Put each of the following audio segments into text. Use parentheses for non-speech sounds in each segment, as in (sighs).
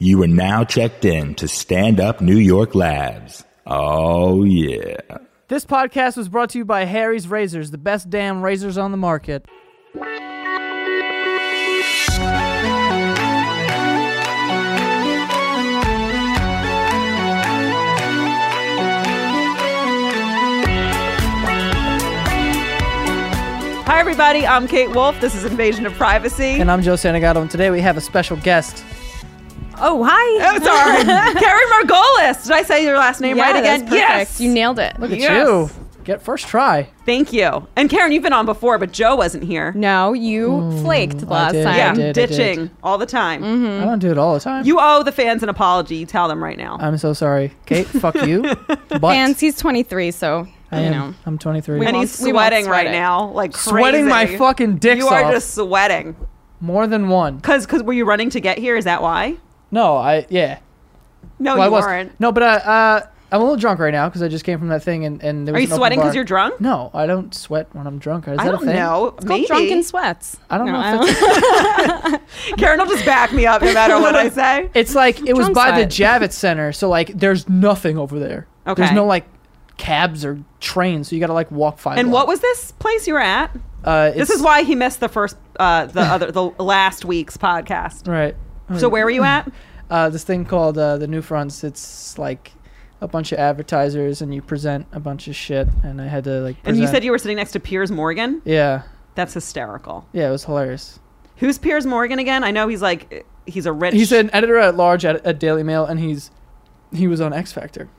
You are now checked in to Stand Up New York Labs. Oh, yeah. This podcast was brought to you by Harry's Razors, the best damn razors on the market. Hi, everybody. I'm Kate Wolf. This is Invasion of Privacy. And I'm Joe Santagato, and today we have a special guest. Oh, hi. (laughs) oh, sorry. Carrie Margolis. Did I say your last name right that's again? perfect. Yes. You nailed it. Look at Yes. you. Get first try. Thank you. And Karen, you've been on before, but Joe wasn't here. no, you flaked last Mm, did. time. yeah, I did, Mm-hmm. I ditching did. all the time. I don't do it all the time. You owe the fans an apology. You tell them right now. I'm so sorry. Kate, fuck (laughs) you. But And he's 23, so, I you am. know. I'm 23. We and won't- he's we won't sweating sweat right it. now, like crazy. Sweating my fucking dicks You are off. just sweating. More than one. Cause, cause were you running to get here? Is that why? No, I, yeah. No, Well, I Oh, you was. weren't. No, but I, uh, I'm a little drunk right now because I just came from that thing and, and there Are was you an open sweating bar. because you're drunk? No, I don't sweat when I'm drunk. Is I that don't a thing? know. It's Maybe. called Drunken Sweats. I don't know if I that's don't- Karen will just back me up no matter what I (laughs) say. It's like it was Drunk by the sweat. Javits Center, so like there's nothing over there. There's Okay. no like cabs or trains, so you gotta like walk five. And what was this place you were at? Uh, This is why he missed the first, uh, the other, the last week's podcast. Right. So where were you at? Uh, this thing called uh, the New Fronts. It's like a bunch of advertisers, and you present a bunch of shit. And I had to like. And Present. you said you were sitting next to Piers Morgan. Yeah. That's hysterical. Yeah, it was hilarious. Who's Piers Morgan again? I know he's like he's a rich. He's an editor at large at, at Daily Mail, and he's he was on X Factor.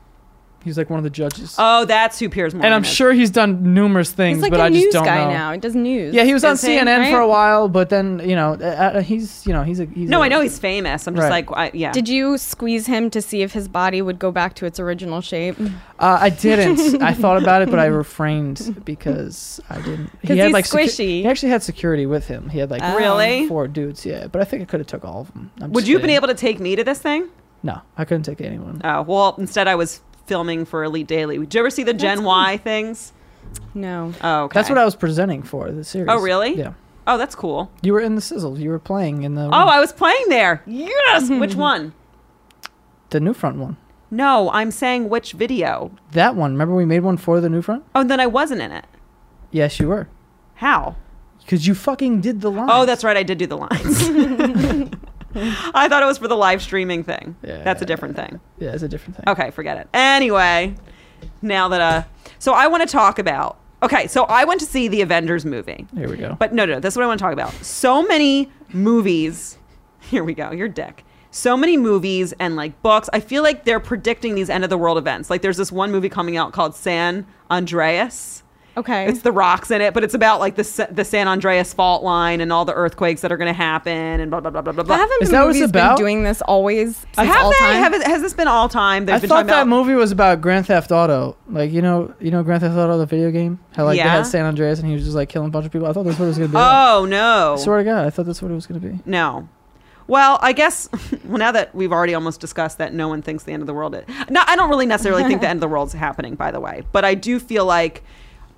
He's like one of the judges. Oh, that's who Piers Morgan. and I'm is. sure he's done numerous things, He's like but I a just news don't guy know. now. He does news. Yeah, he was on Is he, CNN for right? a while, but then you know uh, uh, he's you know he's a he's No, I I know he's famous. I'm just Right. like, I, yeah. Did you squeeze him to see if his body would go back to its original shape? Uh, I (laughs) didn't. I thought about it, but I refrained because I didn't. 'Cause he's secu- squishy. he actually had security with him. He had like um, Oh. Really? four dudes. Yeah, but I think I could have took all of them. I'm Would just you have been kidding. able to take me to this thing? No, I couldn't take anyone. Oh well, instead I was filming for Elite Daily. Did you ever see the Gen Y things? No. Oh, okay. That's what I was presenting for the series. Oh, really? Yeah. Oh, that's cool. You were in the sizzle. You were playing in the Oh, I was playing there. Yes. which one? the new front one. No, I'm saying which video. That one. Remember we made one for the new front? Oh, and then I wasn't in it. Yes, you were. How? Because you fucking did the line. Oh, that's right. I did do the lines. I thought it was for the live streaming thing. That's a different thing. yeah. It's a different thing. Okay, forget it. Anyway, now that uh, so I want to talk about. Okay, so I went to see the Avengers movie, Here we go. but no, no, that's what I want to talk about. So many movies. Here we go. Your dick. So many movies and like books. I feel like they're predicting these end of the world events. Like there's this one movie coming out called San Andreas. Okay. It's the rocks in it, but it's about like the Sa- the San Andreas fault line and all the earthquakes that are going to happen and blah blah blah blah blah. blah. haven't Is the that what it's movies been about? doing this always? Since Have all they? time? Have, has this been all time? They've I been thought talking that about- movie was about Grand Theft Auto. Like you know, you know Grand Theft Auto, the video game. How like they Yeah. had San Andreas and he was just like killing a bunch of people. I thought that's what it was gonna be. like. Oh no! I swear to God, I thought that's what it was gonna be. No. Well, I guess (laughs) well now that we've already almost discussed that no one thinks the end of the world is. No, I don't really necessarily think the end of the world's happening by the way, but I do feel like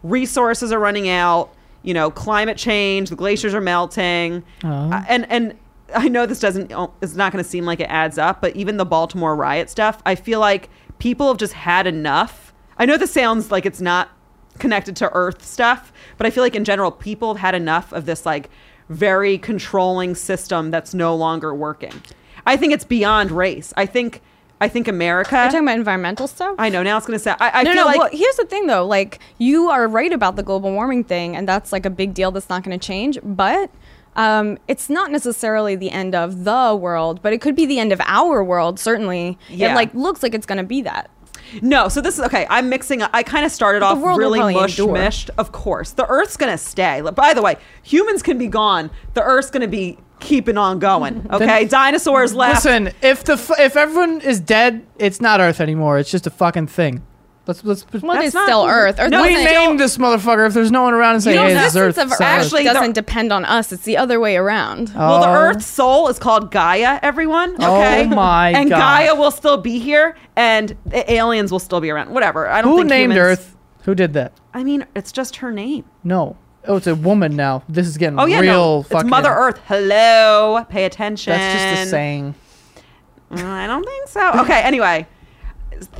resources are running out, you know, climate change, the glaciers are melting. Uh, and and I know this doesn't oh, it's not going to seem like it adds up, but even the Baltimore riot stuff, I feel like people have just had enough. I know this sounds like it's not connected to earth stuff but i feel like in general people have had enough of this like very controlling system that's no longer working i think it's beyond race i think i think Are you talking america about environmental stuff? i know now it's gonna say i, I no, feel no. like well, here's the thing, though. Like, you are right about the global warming thing, and that's like a big deal that's not going to change. But um, it's not necessarily the end of the world, but it could be the end of our world. Certainly, Yeah. it like looks like it's going to be that. No, so this is okay. I'm mixing. up I kind of started But off the world will really probably mush endure. mished. Of course, the Earth's gonna stay. Like, By the way, humans can be gone. The Earth's gonna be keeping on going. Okay, (laughs) dinosaurs left. Listen, if the f- if everyone is dead, it's not Earth anymore. It's just a fucking thing. Let's let's. Well, That's it's not- still Earth. Earth No, we doesn't, named this motherfucker. If there's no one around and say, the "Hey, this is existence Earth," of Earth so- Actually, the- doesn't depend on us. It's the other way around. Well, the Oh. Earth's soul is called Gaia, everyone. Okay. my And God. Gaia will still be here, and the aliens will still be around. Whatever. I don't Who think named humans- Earth? Who did that? I mean, it's just her name. No. Oh, it's a woman now. This is getting Oh yeah, real no, it's fucking. Mother Earth. Hello, pay attention. That's just a saying. Mm, I don't think so. Okay. Anyway,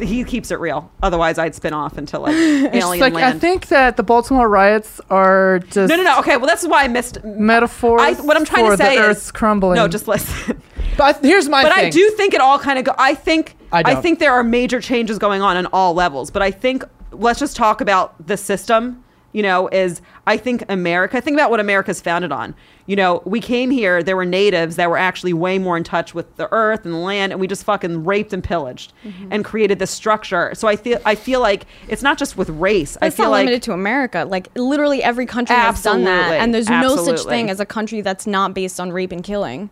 he keeps it real. Otherwise, I'd spin off into like (laughs) alien It's like land. I think that the Baltimore riots are just no, no, no. Okay. Well, that's why I missed. metaphors. I, what I'm trying for to say the is Earth's crumbling. No, just listen. But I- here's my but thing. I do think it all kind of go. I think I I, don't. think there are major changes going on on all levels. But I think let's just talk about the system. You know, is I think America. Think about what America's founded on. You know, we came here. There were natives that were actually way more in touch with the earth and the land, and we just fucking raped and pillaged and created this structure. So I feel I feel like it's not just with race. I That's feel not like limited to America. Like literally every country has done Absolutely. that, and there's no such Absolutely. thing as a country that's not based on rape and killing.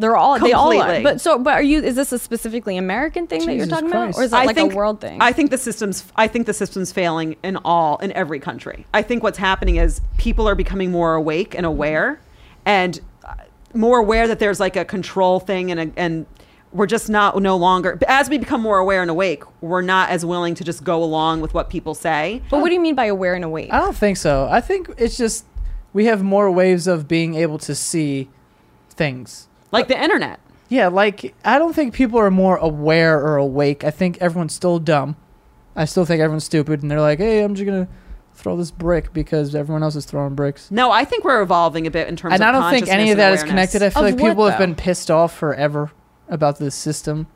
They're all they all are. Completely. But so, but are you? Is this a specifically American thing that you're Jesus talking Christ. about, or is that like a world thing? I think the systems. I think the system's failing in all in every country. I think what's happening is people are becoming more awake and aware, Mm-hmm. and uh, more aware that there's like a control thing and a, and we're just not no longer as we become more aware and awake we're not as willing to just go along with what people say but what do you mean by aware and awake? I don't think so. I think it's just we have more ways of being able to see things. like the internet Yeah, like I don't think people are more aware or awake. I think everyone's still dumb. I still think everyone's stupid, and they're like, "Hey, I'm just gonna throw this brick because everyone else is throwing bricks." no i think we're evolving a bit in terms And of I don't think consciousness any of and that is awareness. connected. I feel Of like what, people have though? been pissed off forever about this system.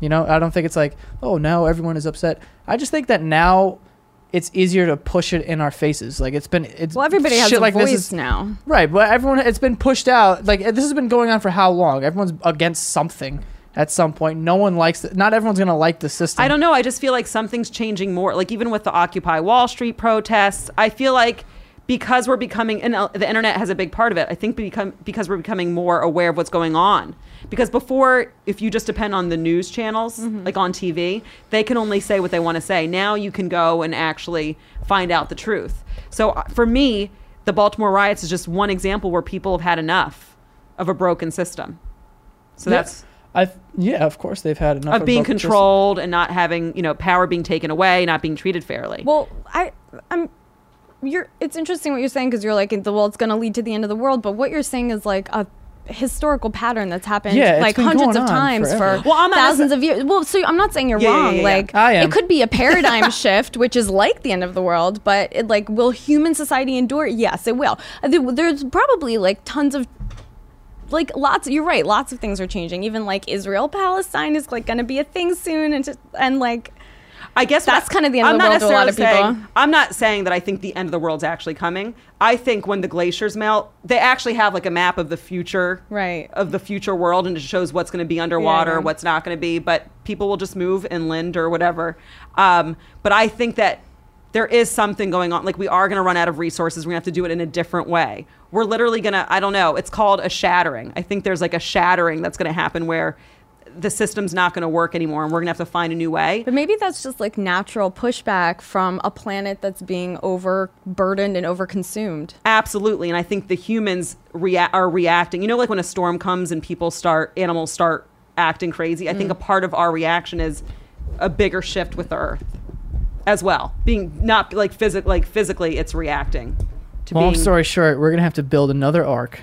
You know, I don't think it's like, oh, now everyone is upset. I just think that now it's easier to push it in our faces. Like it's been, it's well, everybody has shit a like voice this is, now. Right, but everyone it's been pushed out. Like this has been going on for how long? Everyone's against something at some point. No one likes it. Not everyone's going to like the system. I don't know. I just feel like something's changing more. Like even with the Occupy Wall Street protests, I feel like because we're becoming and uh, the internet has a big part of it. I think become because we're becoming more aware of what's going on. Because before, if you just depend on the news channels, like on TV, they can only say what they want to say. Now you can go and actually find out the truth. So uh, for me, the Baltimore riots is just one example where people have had enough of a broken system. So Yeah. that's I yeah, of course they've had enough of being both the system. controlled and not having you know power being taken away not being treated fairly (laughs) Well, I, I'm. You're. It's interesting what you're saying because you're like, the well, it's going to lead to the end of the world. But what you're saying is like a historical pattern that's happened Yeah, it's like been hundreds going of on times forever. for Well, I'm not thousands of years. Well, so I'm not saying you're Yeah, yeah, wrong. yeah, yeah. Like I am. it could be (laughs) a paradigm shift, which is like the end of the world. But it, like, will human society endure? it? Yes, it will. Uh, there- There's probably like tons of like lots you're right lots of things are changing even like israel palestine is like going to be a thing soon and just, and like i guess what that's I- kinda the end of I'm the not world to a lot necessarily of people. saying- i'm not saying that i think the end of the world's actually coming i think when the glaciers melt they actually have like a map of the future Right. of the future world and it shows what's going to be underwater Yeah. what's not going to be but people will just move inland or whatever um, but i think that there is something going on like we are going to run out of resources we're going to have to do it in a different way we're literally going to i don't know it's called a shattering i think there's like a shattering that's going to happen where the system's not going to work anymore and we're going to have to find a new way But maybe that's just like natural pushback from a planet that's being overburdened and overconsumed. Absolutely, and I think the humans rea- are reacting. You know, like when a storm comes and people start, animals start acting crazy. I think a part of our reaction is a bigger shift with the Earth as well, being not like physic, like physically, it's reacting to Long being. story short, we're going to have to build another ark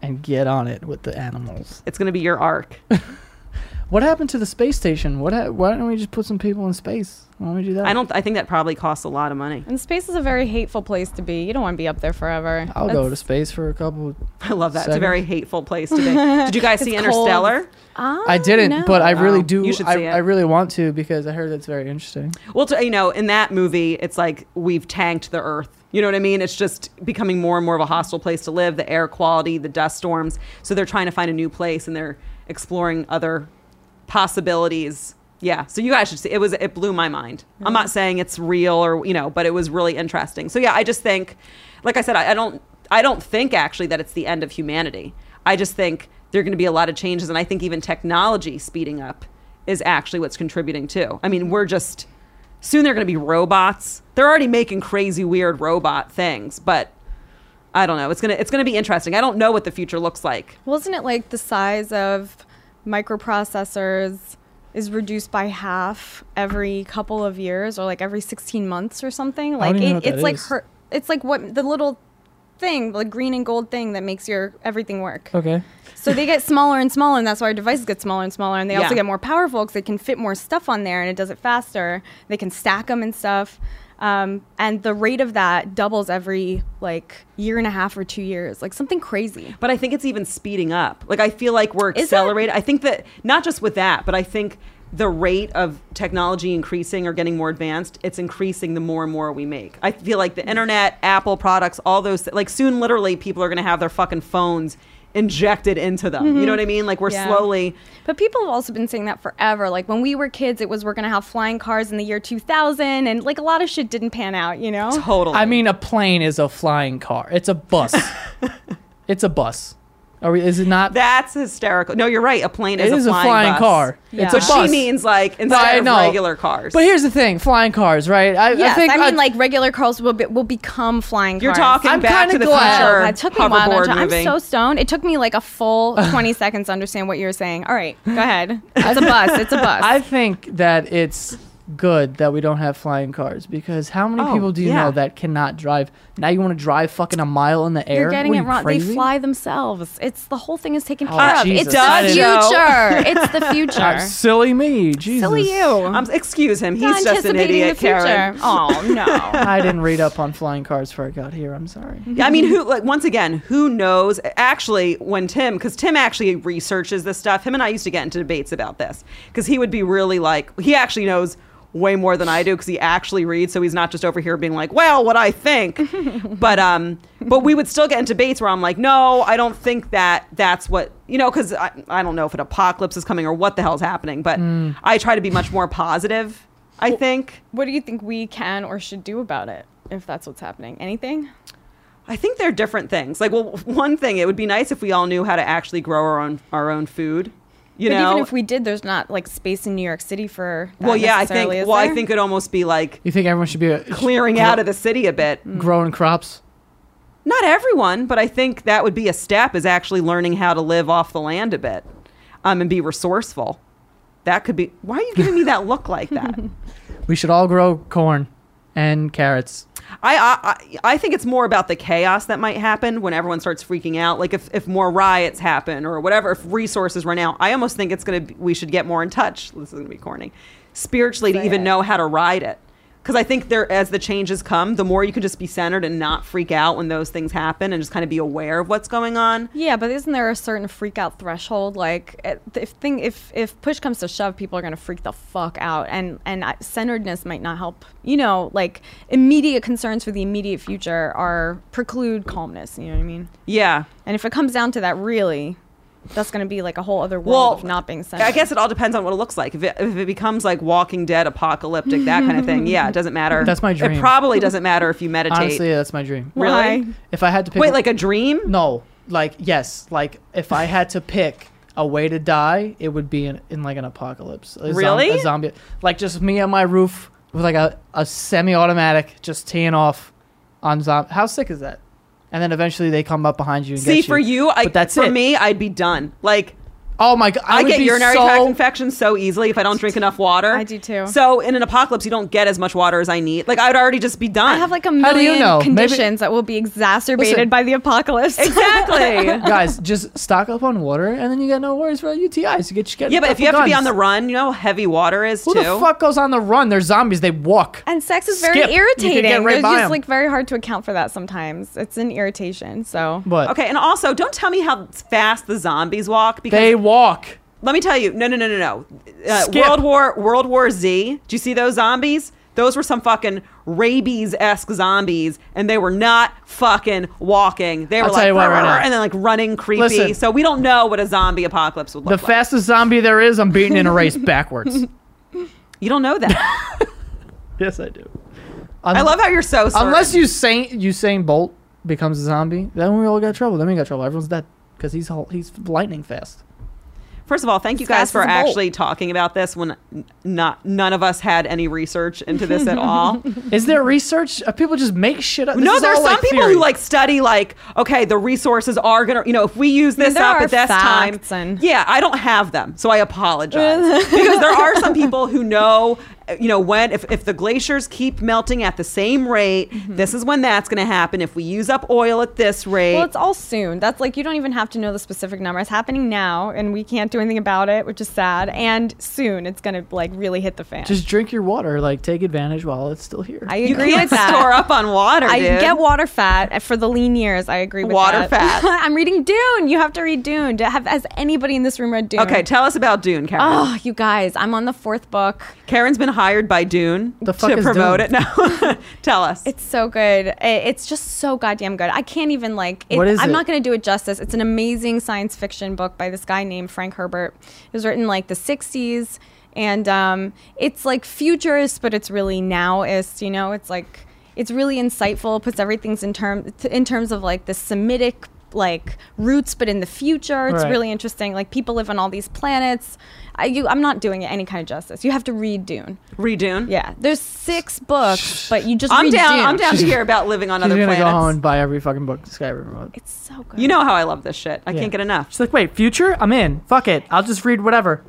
and get on it with the animals. It's going to be your arc. What happened to the space station? What ha- why don't we just put some people in space? Why don't we do that? I don't. I think that probably costs a lot of money. And space is a very hateful place to be. You don't want to be up there forever. I'll go to It's- space for a couple. I love that. It's a Second. very hateful place to be. Did you guys see Interstellar? Ah, I didn't, no. but I really Wow. do. You should I, see it. I really want to because I heard that's very interesting. Well, t- you know, in that movie, it's like we've tanked the earth. You know what I mean? It's just becoming more and more of a hostile place to live, the air quality, the dust storms. So they're trying to find a new place and they're exploring other possibilities. Yeah. So you guys should see it was it blew my mind. I'm not saying it's real or you know, but it was really interesting. So yeah, I just think like I said, I, I don't I don't think actually that it's the end of humanity. I just think there are going to be a lot of changes, and I think even technology speeding up is actually what's contributing too. I mean, we're just soon they're going to be robots. They're already making crazy, weird robot things, but I don't know. It's gonna it's gonna be interesting. I don't know what the future looks like. Wasn't it like the size of microprocessors is reduced by half every couple of years or like every 16 months or something? Like even know what it, that it's like is. her, it's like what the little thing, the green and gold thing that makes your everything work. Okay. So they get smaller and smaller, and that's why our devices get smaller and smaller. And they also Yeah. get more powerful because they can fit more stuff on there, and it does it faster. They can stack them and stuff. Um, and the rate of that doubles every like year and a half or two years, like something crazy. But I think it's even speeding up. Like I feel like we're Is it? accelerating. I think that not just with that, but I think the rate of technology increasing or getting more advanced, it's increasing the more and more we make. I feel like the internet, Apple products, all those th- like soon literally people are going to have their fucking phones injected into them. You know what I mean? Like we're Mm-hmm. Yeah. slowly But people have also been saying that forever. Like when we were kids, it was we're gonna have flying cars in the year 2000, and like a lot of shit didn't pan out, you know. totally. I mean, a plane is a flying car. It's a (laughs) bus. it's a bus. Are we, is it not? that's hysterical. No, you're right. A plane is it a is flying, bus. car. Yeah. It's But a she bus. She means like But I instead of know. regular cars. But here's the thing: flying cars, right? I, Yes, I, I think mean uh, like regular cars will be, will become flying you're cars. talking I'm back kinda to the glad- future. That took me a while. to hoverboard understand. I'm moving. so stoned. It took me like a (laughs) full 20 seconds to understand what you were saying. All right, go ahead. It's a bus. It's a bus. I think that it's good that we don't have flying cars because how many Oh, people do you yeah. know that cannot drive? Now you want to drive fucking a mile in the air? You're getting What it are you, wrong. Crazy? They fly themselves. It's the whole thing is taken Oh, care of. Jesus. It's the Does (laughs) future. it's the Ah, future. silly me, Jesus. Silly you. Um, excuse him. Not He's just an anticipating idiot, the future. Karen. Oh (laughs) no. (laughs) I didn't read up on flying cars before I got here. I'm sorry. I mean, who? Like once again, who knows? Actually, when Tim, because Tim actually researches this stuff. Him and I used to get into debates about this because he would be really like he actually knows way more than I do because he actually reads. So he's not just over here being like, well, what I think. but um, but we would still get into debates where I'm like, no, I don't think that that's what you know because I, I don't know if an apocalypse is coming or what the hell's happening. But I try to be much more positive. I think. what do you think we can or should do about it if that's what's happening? Anything? I think they're different things. Like, well, one thing it would be nice if we all knew how to actually grow our own our own food. You but know, even if we did, there's not like space in New York City for. That well, yeah, I think. necessarily, is Well, I there? think it'd almost be like You think everyone should be a, clearing out of the city a bit. growing crops? Not everyone, but I think that would be a step is actually learning how to live off the land a bit, um, and be resourceful. That could be. Why are you giving me that look like that? We should all grow corn and carrots. I, I I- I think it's more about the chaos that might happen when everyone starts freaking out. Like if, if more riots happen or whatever, if resources run out, I almost think it's gonna be, we should get more in touch. This is gonna be corny, spiritually to even know how to ride it. Because I think there, as the changes come, the more you can just be centered and not freak out when those things happen, and just kind of be aware of what's going on. Yeah, but isn't there a certain freak out threshold? Like, it- if thing if if push comes to shove, people are gonna freak the fuck out, and and I- centeredness might not help. You know, like immediate concerns for the immediate future are preclude calmness. You know what I mean? Yeah, And if it comes down to that, really, that's gonna be like a whole other world of not being centered. I guess it all depends on what it looks like. If it, if it becomes like Walking Dead, apocalyptic, that kind of thing, yeah, it doesn't matter. That's my It dream. probably doesn't matter if you meditate. Honestly, that's my dream. really? Why? If I had to pick Wait, like a dream? No, like yes, like if I had to pick a way to die, it would be in, in like an apocalypse. A zom- Really? a zombie, like just me on my roof with like a, a semi-automatic, just teeing off on zombie. How sick is that? And then eventually they come up behind you and See, get you. for you, I, but that's for it. me, I'd be done. Like, oh my god, I, I, would get be urinary so, tract infections so easily if I don't drink enough water. I do too. So in an apocalypse, you don't get as much water as I need. Like, I'd already just be done. I have like a How do you million know? Maybe- conditions that will be exacerbated Listen. by the apocalypse. exactly. (laughs) Guys, just stock up on water, and then you got no worries about UTIs. You get you get yeah, but if you have to be guns. on the run, you know how heavy water is who too. the fuck goes on the run? They're zombies. They walk. (laughs) And sex is very Skip. You could get irritating. right It's by just 'em. like very hard to account for that sometimes. It's an irritation. So but Okay, and also don't tell me how fast the zombies walk because they walk. let me tell you, no, no, no, no, no. Uh, Skip. World War World War Z. Do you see those zombies? Those were some fucking rabies esque zombies, and they were not fucking walking. They were I'll tell like, you what right now. and then like running creepy. Listen. so we don't know what a zombie apocalypse would The look like. fastest zombie there is, I'm beating in a race backwards. You don't know that. (laughs) Yes, I do. I love how you're so. Certain. Unless you Usain Usain Bolt becomes a zombie, then we all got trouble. Then we got trouble. Everyone's dead because he's all, he's lightning fast. First of all, thank you guys Fast for as a bolt. actually talking about this when n- not none of us had any research into this at (laughs) all. Is there research? Uh, people just make shit up. This no, is there are all, some like, people theory. who like study like okay, the resources are gonna you know if we use mean, this there up are at this time. facts and- Yeah, I don't have them, so I apologize (laughs) because there are some people who know uh, you know when if if the glaciers keep melting at the same rate, Mm-hmm. this is when that's gonna happen. If we use up oil at this rate, Well, it's all soon. That's like you don't even have to know the specific number. It's happening now, and we can't do anything about it, which is sad. And soon, it's gonna like really hit the fan. just drink your water. Like take advantage while it's still here. I you (laughs) agree can't with that. store up on water. I dude. get water fat eh, for the lean years. I agree with Water that. fat. (laughs) I'm reading Dune. You have to read Dune. Do- Have, has anybody in this room read Dune? Okay, tell us about Dune, Karen. Oh, you guys, I'm on the fourth book. Karen's been hired by Dune The fuck to is promote Dune? it. (laughs) No, tell us. It's so good. I- It's just so goddamn good. I can't even like. It, What is I'm it? not going to do it justice. It's an amazing science fiction book by this guy named Frank Herbert. It was written like the 60s, and um, it's like futurist, but it's really nowist. You know, it's like it's really insightful. Puts everything's in term in terms of like the Semitic like roots, but in the future. It's Right. really interesting. Like people live on all these planets. I, you, I'm not doing it any kind of justice. You have to read Dune. Read Dune. Yeah, there's six books, but you just I'm read down. Dune. I'm down to hear about living on She's other gonna planets. go home and buy every fucking book Skyrim wrote. It's so good. You know how I love this shit. I Yeah. can't get enough. She's like, wait, future? I'm in. Fuck it. I'll just read whatever.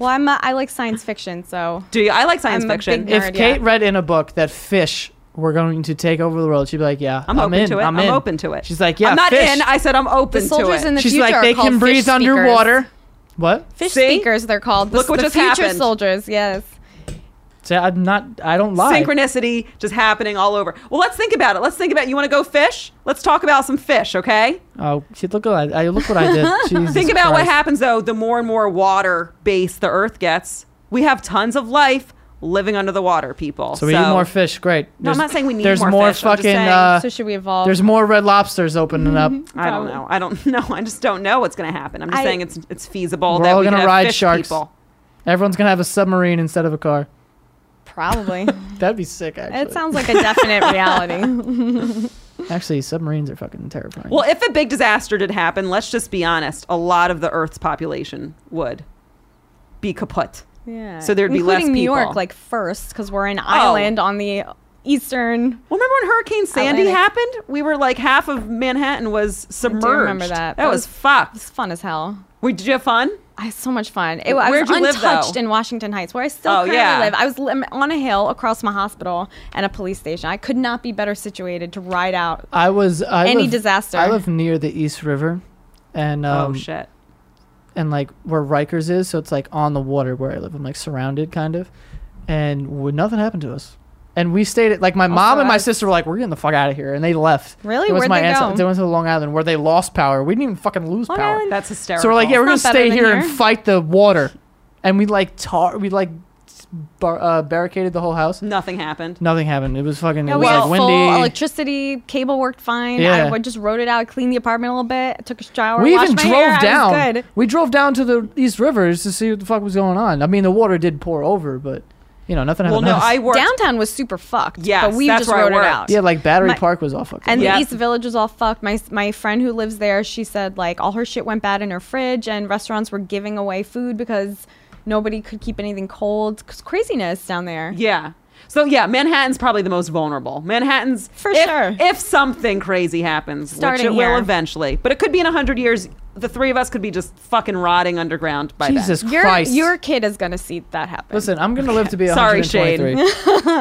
well, I'm a, I like science fiction, so Do you? I like science I'm a fiction. big- If Nerd, Kate yeah. read in a book that fish were going to take over the world, she'd be like, yeah, I'm, open in, to it. I'm, I'm, in. open to it. She's like, yeah, I'm not fish. in. I said I'm (laughs) the open to soldiers it. in the She's future like, are they called can breathe fish speakers. underwater. What? Fish See? speakers, they're called. The, Look what the just future happened. soldiers. Yes. See, I'm not. I don't lie. Synchronicity just happening all over. Well, let's think about it. Let's think about. You want to go fish? Let's talk about some fish, okay? Oh, see, look what I, I look what I (laughs) did. Jesus Think about what Christ. happens though. The more and more water base the Earth gets, we have tons of life living under the water, people. So we need more fish. Great. No, I'm not saying we need there's more more fish. I'm just fucking. saying- Mm-hmm. uh, so should we (laughs) evolve? there's more red lobsters opening up. I don't know. I don't (laughs) know. I just don't know what's going to happen. I'm just I- saying it's it's feasible We're that all we gonna can have ride fish sharks. people. Everyone's gonna have a submarine instead of a car. Probably. That'd be sick. Actually, it sounds like a definite reality. actually submarines are fucking terrifying. Well, if a big disaster did happen, let's just be honest, a lot of the Earth's population would be kaput. Yeah. So there'd be less including New York people. like first because we're an island on the eastern. Well, remember when Hurricane Sandy Atlantic. happened? We were like half of Manhattan was submerged. remember That, that. That was, was- fucked. It's fun as hell. We, did you have fun? I had so much fun. It, I Where'd was you live, though? untouched in Washington Heights, where I still Oh, currently yeah. live. I was lim- on a hill across from a hospital and a police station. I could not be better situated to ride out. I was I Any live- disaster. I live near the East River, and um, oh shit. and like where Rikers is, so it's like on the water where I live. I'm like surrounded, kind of, and w- nothing happened to us. And we stayed at like my mom Also, and my I- sister were like, "We're getting the fuck out of here," and they left. Really? It was Where'd my they aunt's- go? They went to Long Island where they lost power. We didn't even fucking lose Long power. Island That's hysterical. So we're like, "Yeah, we're gonna It's not stay better here than and here. fight the water," and we like tar, we like s- bar- uh, barricaded the whole house. nothing happened. Nothing happened. It was fucking. Mm. Yeah, it we was had like windy. full electricity. Cable worked fine. Yeah. I would just rode it out, cleaned the apartment a little bit, took a shower. we washed even my drove hair. I was down. good. We drove down to the East Rivers to see what the fuck was going on. I mean, the water did pour over, but you know, nothing Well, happened. (laughs) no, to us. I worked. Downtown was super fucked. Yes, but we that's just where I rode it worked. out. yeah, like Battery my- Park was all fucking. And Yeah. the East Village was all fucked. My my friend who lives there, she said like all her shit went bad in her fridge, and restaurants were giving away food because nobody could keep anything cold. 'Cause craziness down there. Yeah. So yeah, Manhattan's probably the most vulnerable. Manhattan's For if- sure. If something crazy happens, Starting which it here. will eventually, but it could be in hundred years. The three of us could be just fucking rotting underground by Jesus then. Your Christ! your kid is gonna see that happen. Listen, I'm gonna live to (laughs) be Sorry, 123.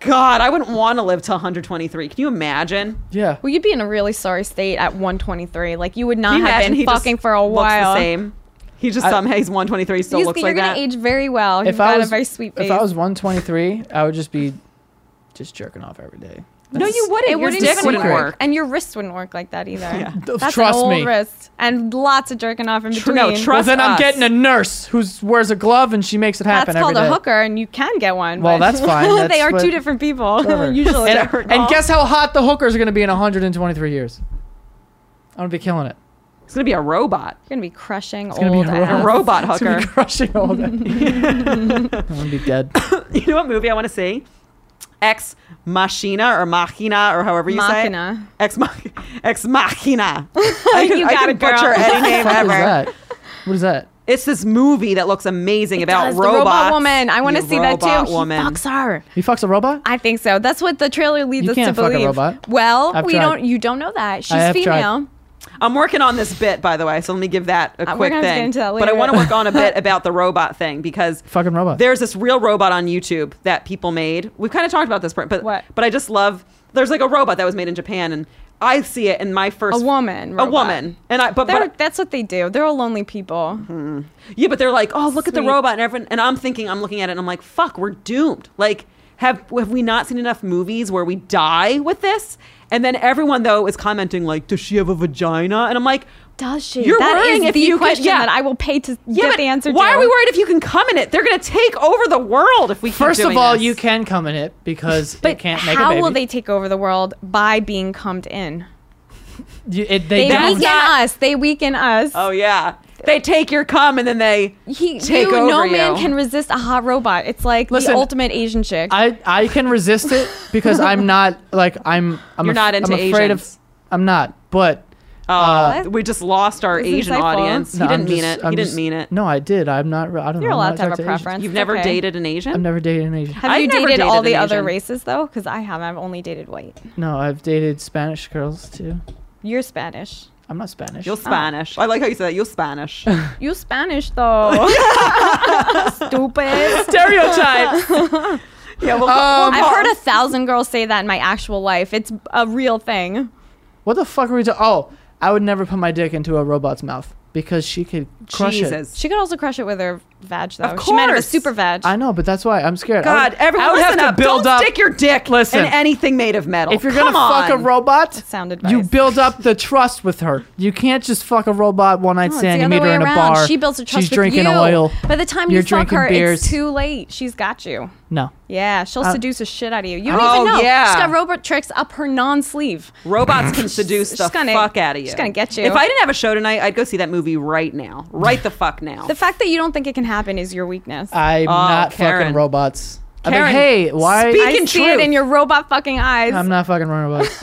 God, I wouldn't want to live till 123. Can you imagine? yeah. Well, you'd be in a really sorry state at 123. Like you would not Can you have imagine been fucking for a while. Looks the same. He just I- somehow he's 123 still He's- looks you're like gonna that. age very well. You've If got I was a very sweet face. if I was 123, I would just be just jerking off every day. no, you wouldn't. it Your wouldn't dick even wouldn't work. work. and your wrist wouldn't work like that (laughs) either. Yeah. That's Trust an old me. wrist, and lots of jerking off in Tr- between. no, Well, trust then I'm us. getting a nurse who wears a glove and she makes it happen That's called every a day. hooker, and you can get one. Well, but that's (laughs) fine. That's they are what- two (laughs) different people Whatever. (laughs) usually. and, Hysterical. and guess how hot the hookers are gonna be in 123 years? I'm gonna be killing it. It's gonna be a robot. You're gonna be crushing gonna be old a A ass. robot It's gonna hooker. be (laughs) crushing all that. (laughs) I'm gonna be dead. (laughs) you know what movie I want to see? ex machina or machina or however you Machina. say it. Ex machina. Ex (laughs) machina. I can, You I got can it, girl. (laughs) butcher any name What is ever. that? What is that? It's this movie that looks amazing about Does the robots. robot woman. I want to You see that robot too. He fucks her. He fucks a robot? I think so. That's what the trailer leads You us can't to fuck a believe. robot. Well, I've we tried. don't. You don't know that. She's have tried. female. I'm working on this bit, by the way, so let me give that a Uh, we're quick gonna thing. have to get into that But I later. want to work on a (laughs) bit about the robot thing because Fucking robot. There's this real robot on YouTube that people made. We've kind of talked about this, but What? but I just love. There's like a robot that was made in Japan, and I see it in my first A woman a robot. woman, and I but, They're, but that's what they do. They're all lonely people. Mm-hmm. yeah, but they're like, oh, look at the Sweet. robot, and everyone, and I'm thinking, I'm looking at it, and I'm like, fuck, we're doomed. Like, have have we not seen enough movies where we die with this? And then everyone though is commenting like, does she have a vagina? And I'm like, Does she? You're That worrying is if the you could- question yeah. that I will pay to yeah, get but the answer. why to. are we worried if you can come in it? They're gonna take over the world if we keep First of doing all, this. you can come in it because But it can't make a how baby. will they take over the world by being cummed in? You- it- they They don't. weaken not- us. They weaken us. Oh yeah, they take your cum and then they he, take you, over no you. man can resist a hot robot. It's like Listen, the ultimate Asian chick. I I can resist it because I'm not like I'm. I'm You're not into I'm afraid Asians. of. I'm not, but Uh, What? we just lost our It's Asian insightful. audience. no, he didn't I'm mean just- it. I'm he didn't just- mean it. No, I did. I'm not. re- I don't know. You're I'm allowed not to have a attracted Asians. preference. You've It's never okay. dated an Asian. I've never dated an Asian. Have I've you never dated, all dated the an other Asian. races though? Because I have. I've only dated white. No, I've dated Spanish girls too. You're Spanish. I'm not Spanish. You're Spanish. I like how you said that. You're (laughs) Spanish. You (laughs) Spanish though. Stupid. Stereotypes. yeah. Well, (laughs) Um, I've heard a thousand girls say that in my actual life. It's a real thing. what the fuck are we? Ta- oh, I would never put my dick into a robot's mouth because she could crush it. Jesus. She could also crush it with her vag though. Of She might have a course. super vag. I know, but that's why I'm scared. I God, would- everyone, I would have listen to up. build Don't up. stick your dick Listen. in anything made of metal. Oh, If you're gonna Come fuck a on. robot, sound you advice. build up the trust with her. You can't just fuck a robot one night No, Oh, it's stand. the You other meet her way in a around. bar. She builds a trust She's with drinking you. oil. By the time You're you fuck drinking her, beers. it's too late. She's got you. no, Yeah, she'll Uh, seduce the shit out of you. You don't Oh, even know. yeah. She's got robot tricks up her non-sleeve. (laughs) Robots can seduce the she's gonna- fuck out of you. she's gonna get you. If I didn't have a show tonight, I'd go see that movie right now. Right the fuck now. The fact that you don't think it can happen is your weakness. Uh, I'm not Karen. fucking robots. I Karen, mean, hey, why? speak- I Speaking see truth. Um, it in your robot fucking eyes. I'm not fucking (laughs) robots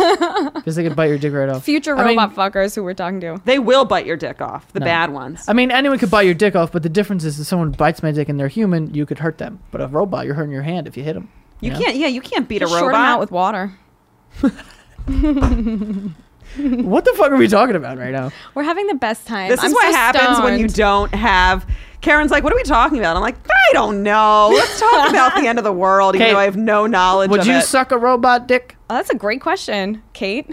because they could bite your dick right off. Future I mean- robot fuckers who we're talking to. they will bite your dick off. The bad ones. I mean, anyone could bite your dick off, but the difference is if someone bites my dick and they're human, you could hurt them. But a robot, you're hurting your hand if you hit (laughs) them. you can't. Yeah, you can't beat a Just short 'em robot. out with water. What the fuck are we talking about right now? We're having the best time. This I'm is what so happens when you stoned. don't have. Karen's like, "What are we talking about?" I'm like, "I don't know. Let's talk about the end of the world, even Okay. though I have no knowledge Would of you it." suck a robot dick? Oh, that's a great question, Kate.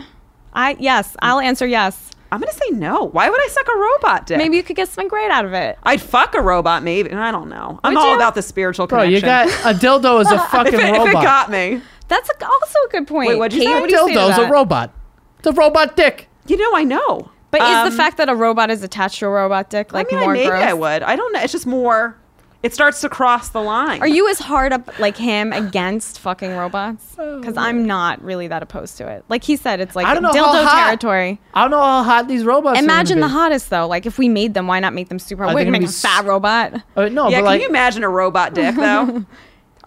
I yes, I'll answer yes. I'm gonna say no. Why would I suck a robot dick? Maybe you could get something great out of it. I'd fuck a robot. Maybe I don't know. I'm Would all you? about the spiritual Bro, connection. you got a dildo (laughs) is a fucking (laughs) if it, robot. if it got me, That's a, also a good point. Wait, what'd you Kate, say? What do you say to Dildo's a that? robot. It's a robot dick. you know I know. But is Um, the fact that a robot is attached to a robot dick I like mean, I- more maybe gross? I would. I don't know. It's just more. It starts to cross the line. Are you as hard up like him against fucking robots? Because I'm not really that opposed to it. Like he said, it's like I don't know how dildo hot. territory. I don't know how hot these robots. Imagine are the gonna hottest though. Like if we made them, why not make them super? Are hot? they We can gonna make be a fat s- robot. be. Uh, no, but yeah, can like, you imagine a robot dick (laughs) though?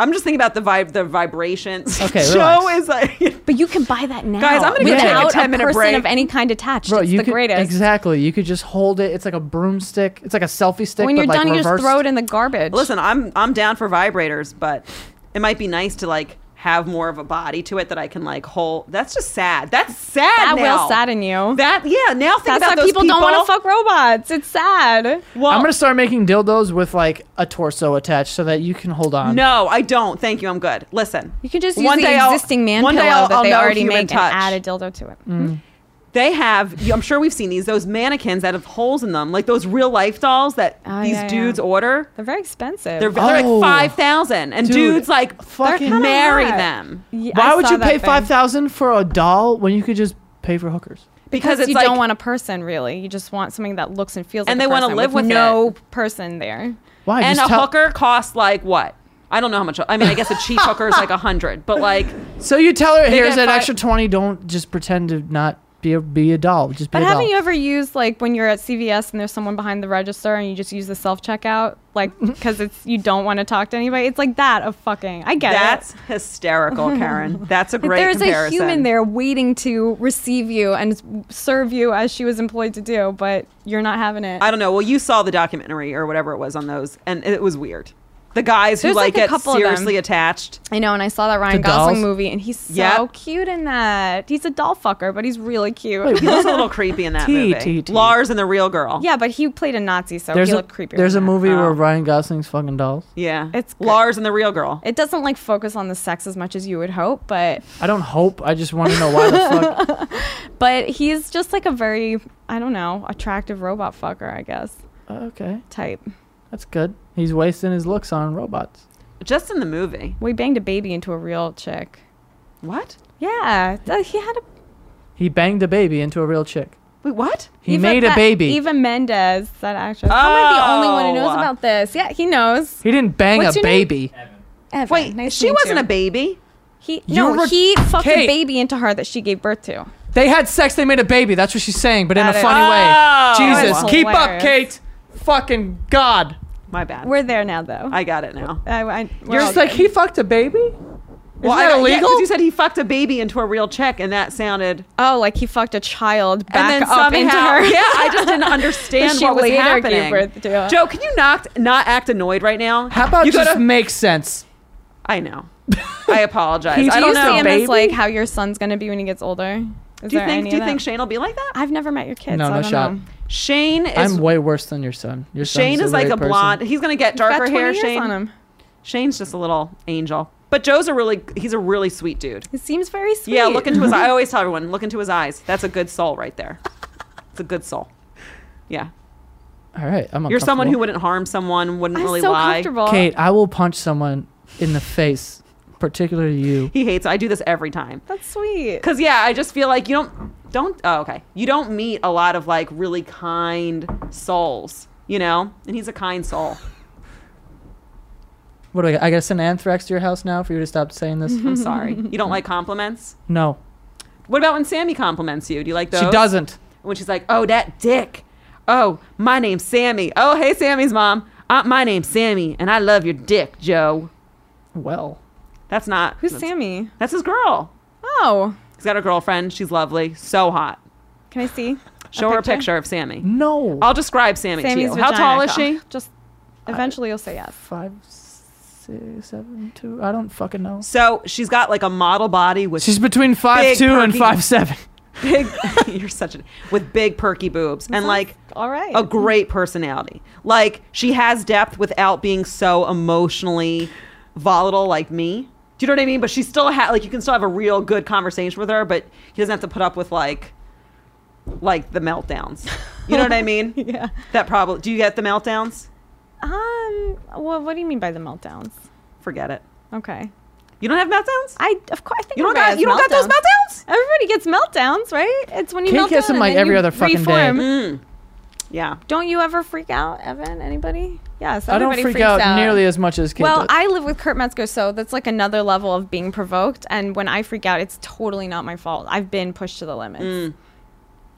I'm just thinking about the vibe, the vibrations. Okay, (laughs) Joe relax. is like. (laughs) But you can buy that now. Guys, I'm gonna go take a without 10 minute person break. of any kind attached. bro, it's you the could greatest. exactly. You could just hold it. It's like a broomstick. It's like a selfie stick. When but you're like done, you just reversed. throw it in the garbage. Listen, I'm I'm down for vibrators, but it might be nice to like have more of a body to it that I can like hold. That's just sad. That's sad. that now. will sadden you. That yeah. Now think That's about why those people, don't want to fuck robots. It's sad. Well, I'm gonna start making dildos with like a torso attached so that you can hold on. No, I don't. Thank you. I'm good. Listen, You can just use one the day I'll- existing man one day pillow I'll- that I'll they know already human make touch. Mm. and add a dildo to it. they have. you- I'm sure we've seen these. Those mannequins that have holes in them, like those real life dolls that Oh, these yeah, yeah. dudes order. They're very expensive. They're, they're Oh. like five thousand, and Dude, dudes like fucking- They're kinda marry hot. them Yeah, Why I would saw you that pay thing. five thousand for a doll when you could just pay for hookers? because, it's you like don't want a person really. You just want something that looks and feels. And like they want wanna to live with no person there. Why? and a just tell- hooker costs like what? I don't know how much. I mean, I guess a (laughs) cheap hooker is like a hundred, but like So you tell her, here's get an fi- extra twenty. Don't just pretend to not be a be a doll. Just be But a doll. haven't you ever used like when you're at CVS and there's someone behind the register and you just use the self checkout, (laughs) like because it's you don't want to talk to anybody? It's like that of fucking. I get That's (laughs) it. hysterical, Karen. (laughs) That's a If great There's comparison. a human there waiting to receive you and s- serve you as she was employed to do, but you're not having it. I don't know. Well, you saw the documentary or whatever it was on those, and it was weird. The guys who There's, like, like, a get couple of them. seriously attached. I know, and I saw that To Ryan Gosling dolls? movie, and he's so Yep. cute in that. He's a doll fucker, but he's really cute. He was a little creepy in that Tee, movie. tee, tee. Lars and the real girl. yeah, but he played a Nazi, so there's he a looked creepier. there's a than that. movie where Oh. Ryan Gosling's fucking dolls. yeah. It's good. Lars and the real girl. It doesn't like focus on the sex as much as you would hope, but I don't hope. I just want to know why the (laughs) fuck. but he's just like a very I don't know attractive robot fucker, I guess Okay, type. that's good. He's wasting his looks on robots. Just in the movie. We banged a baby into a real chick. What? Yeah, th- he had a. He banged a baby into a real chick. Wait, what? He even made a that- baby. Eva Mendez, that actress. How am I the only one who knows Oh. about this? Yeah, he knows. he didn't bang What's a your name? baby. Evan, Wait, nice to she meet wasn't you. a baby. He You no, were- he fucked Kate. a baby into her that she gave birth to. They had sex. They made a baby. That's what she's saying, but in Got a it. funny Oh. way. That Jesus, was keep up, hilarious. Kate. Fucking God. My bad. We're there now, though. I got it now. I, I, we're You're all just like good. he fucked a baby. Isn't Well, I that got- yeah, illegal? 'cause you said he fucked a baby into a real chick, and that sounded. oh, like he fucked a child back and then up somehow, into (laughs) her. yeah, I just didn't understand She what was later gave happening. birth to it. Joe, can you not not act annoyed right now? How about you just gotta- make sense? I know. I apologize. He I Do don't you know. see him baby? as like how your son's gonna be when he gets older? Is do you there think? any Do you of think that? Shane will be like that? I've never met your kids. No, so I no don't shot. know. Shane I'm is. way worse than your son. Your Shane son's is like great a person. blonde. He's gonna get Got darker 20 hair. years Shane. on him. Shane's just a little angel. But Joe's a really. He's a really sweet dude. He seems very sweet. Yeah, look (laughs) into his. I always tell everyone, look into his eyes. That's a good soul right there. It's a good soul. Yeah, All right, I'm. you're someone who uncomfortable. wouldn't harm someone, wouldn't I'm really so lie. comfortable. Kate, I will punch someone in the face, particularly you. He hates. I do this every time. That's sweet. Cause yeah, I just feel like you don't don't. Oh, okay. You don't meet a lot of like really kind souls, you know. And he's a kind soul. What do I? I gotta send anthrax to your house now for you to stop saying this. I'm sorry. You don't like compliments. no, What about when Sammy compliments you? Do you like those? she doesn't. When she's like, "Oh, that dick. Oh, my name's Sammy. Oh, hey, Sammy's mom. Uh, my name's Sammy, and I love your dick, Joe." Well, That's not Who's that's- Sammy? That's his girl. Oh, He's got a girlfriend. She's lovely. So hot. can I see? Show her a picture of Sammy. no. I'll describe Sammy to Sammy's you. How vagina tall is cock. she? Just eventually you'll say yes. Five, six, seven, two. I don't fucking know. So she's got like a model body with She's between five Big two and perky. five seven. big. (laughs) (laughs) you're such a with big perky boobs and like All right. a great personality. Like she has depth without being so emotionally volatile like me. Do you know what I mean? But she still ha like you can still have a real good conversation with her, but he doesn't have to put up with like like the meltdowns. You know what I mean? (laughs) (laughs) yeah. That probably. Do you get the meltdowns? Um. Well, what do you mean by the meltdowns? Forget it. Okay. You don't have meltdowns. I of course I think You don't everybody got. You don't has got those meltdowns. meltdowns. Everybody gets meltdowns, right? It's when you Kate melt gets down them, and like, then every you other fucking day. reform. Mm. Yeah. Don't you ever freak out, Evan? Anybody? Yes, (laughs) I don't everybody freak freaks out, nearly as much as Kate. well, does. I live with Kurt Metzger, so that's like another level of being provoked. And when I freak out, it's totally not my fault. I've been pushed to the limits. Mm.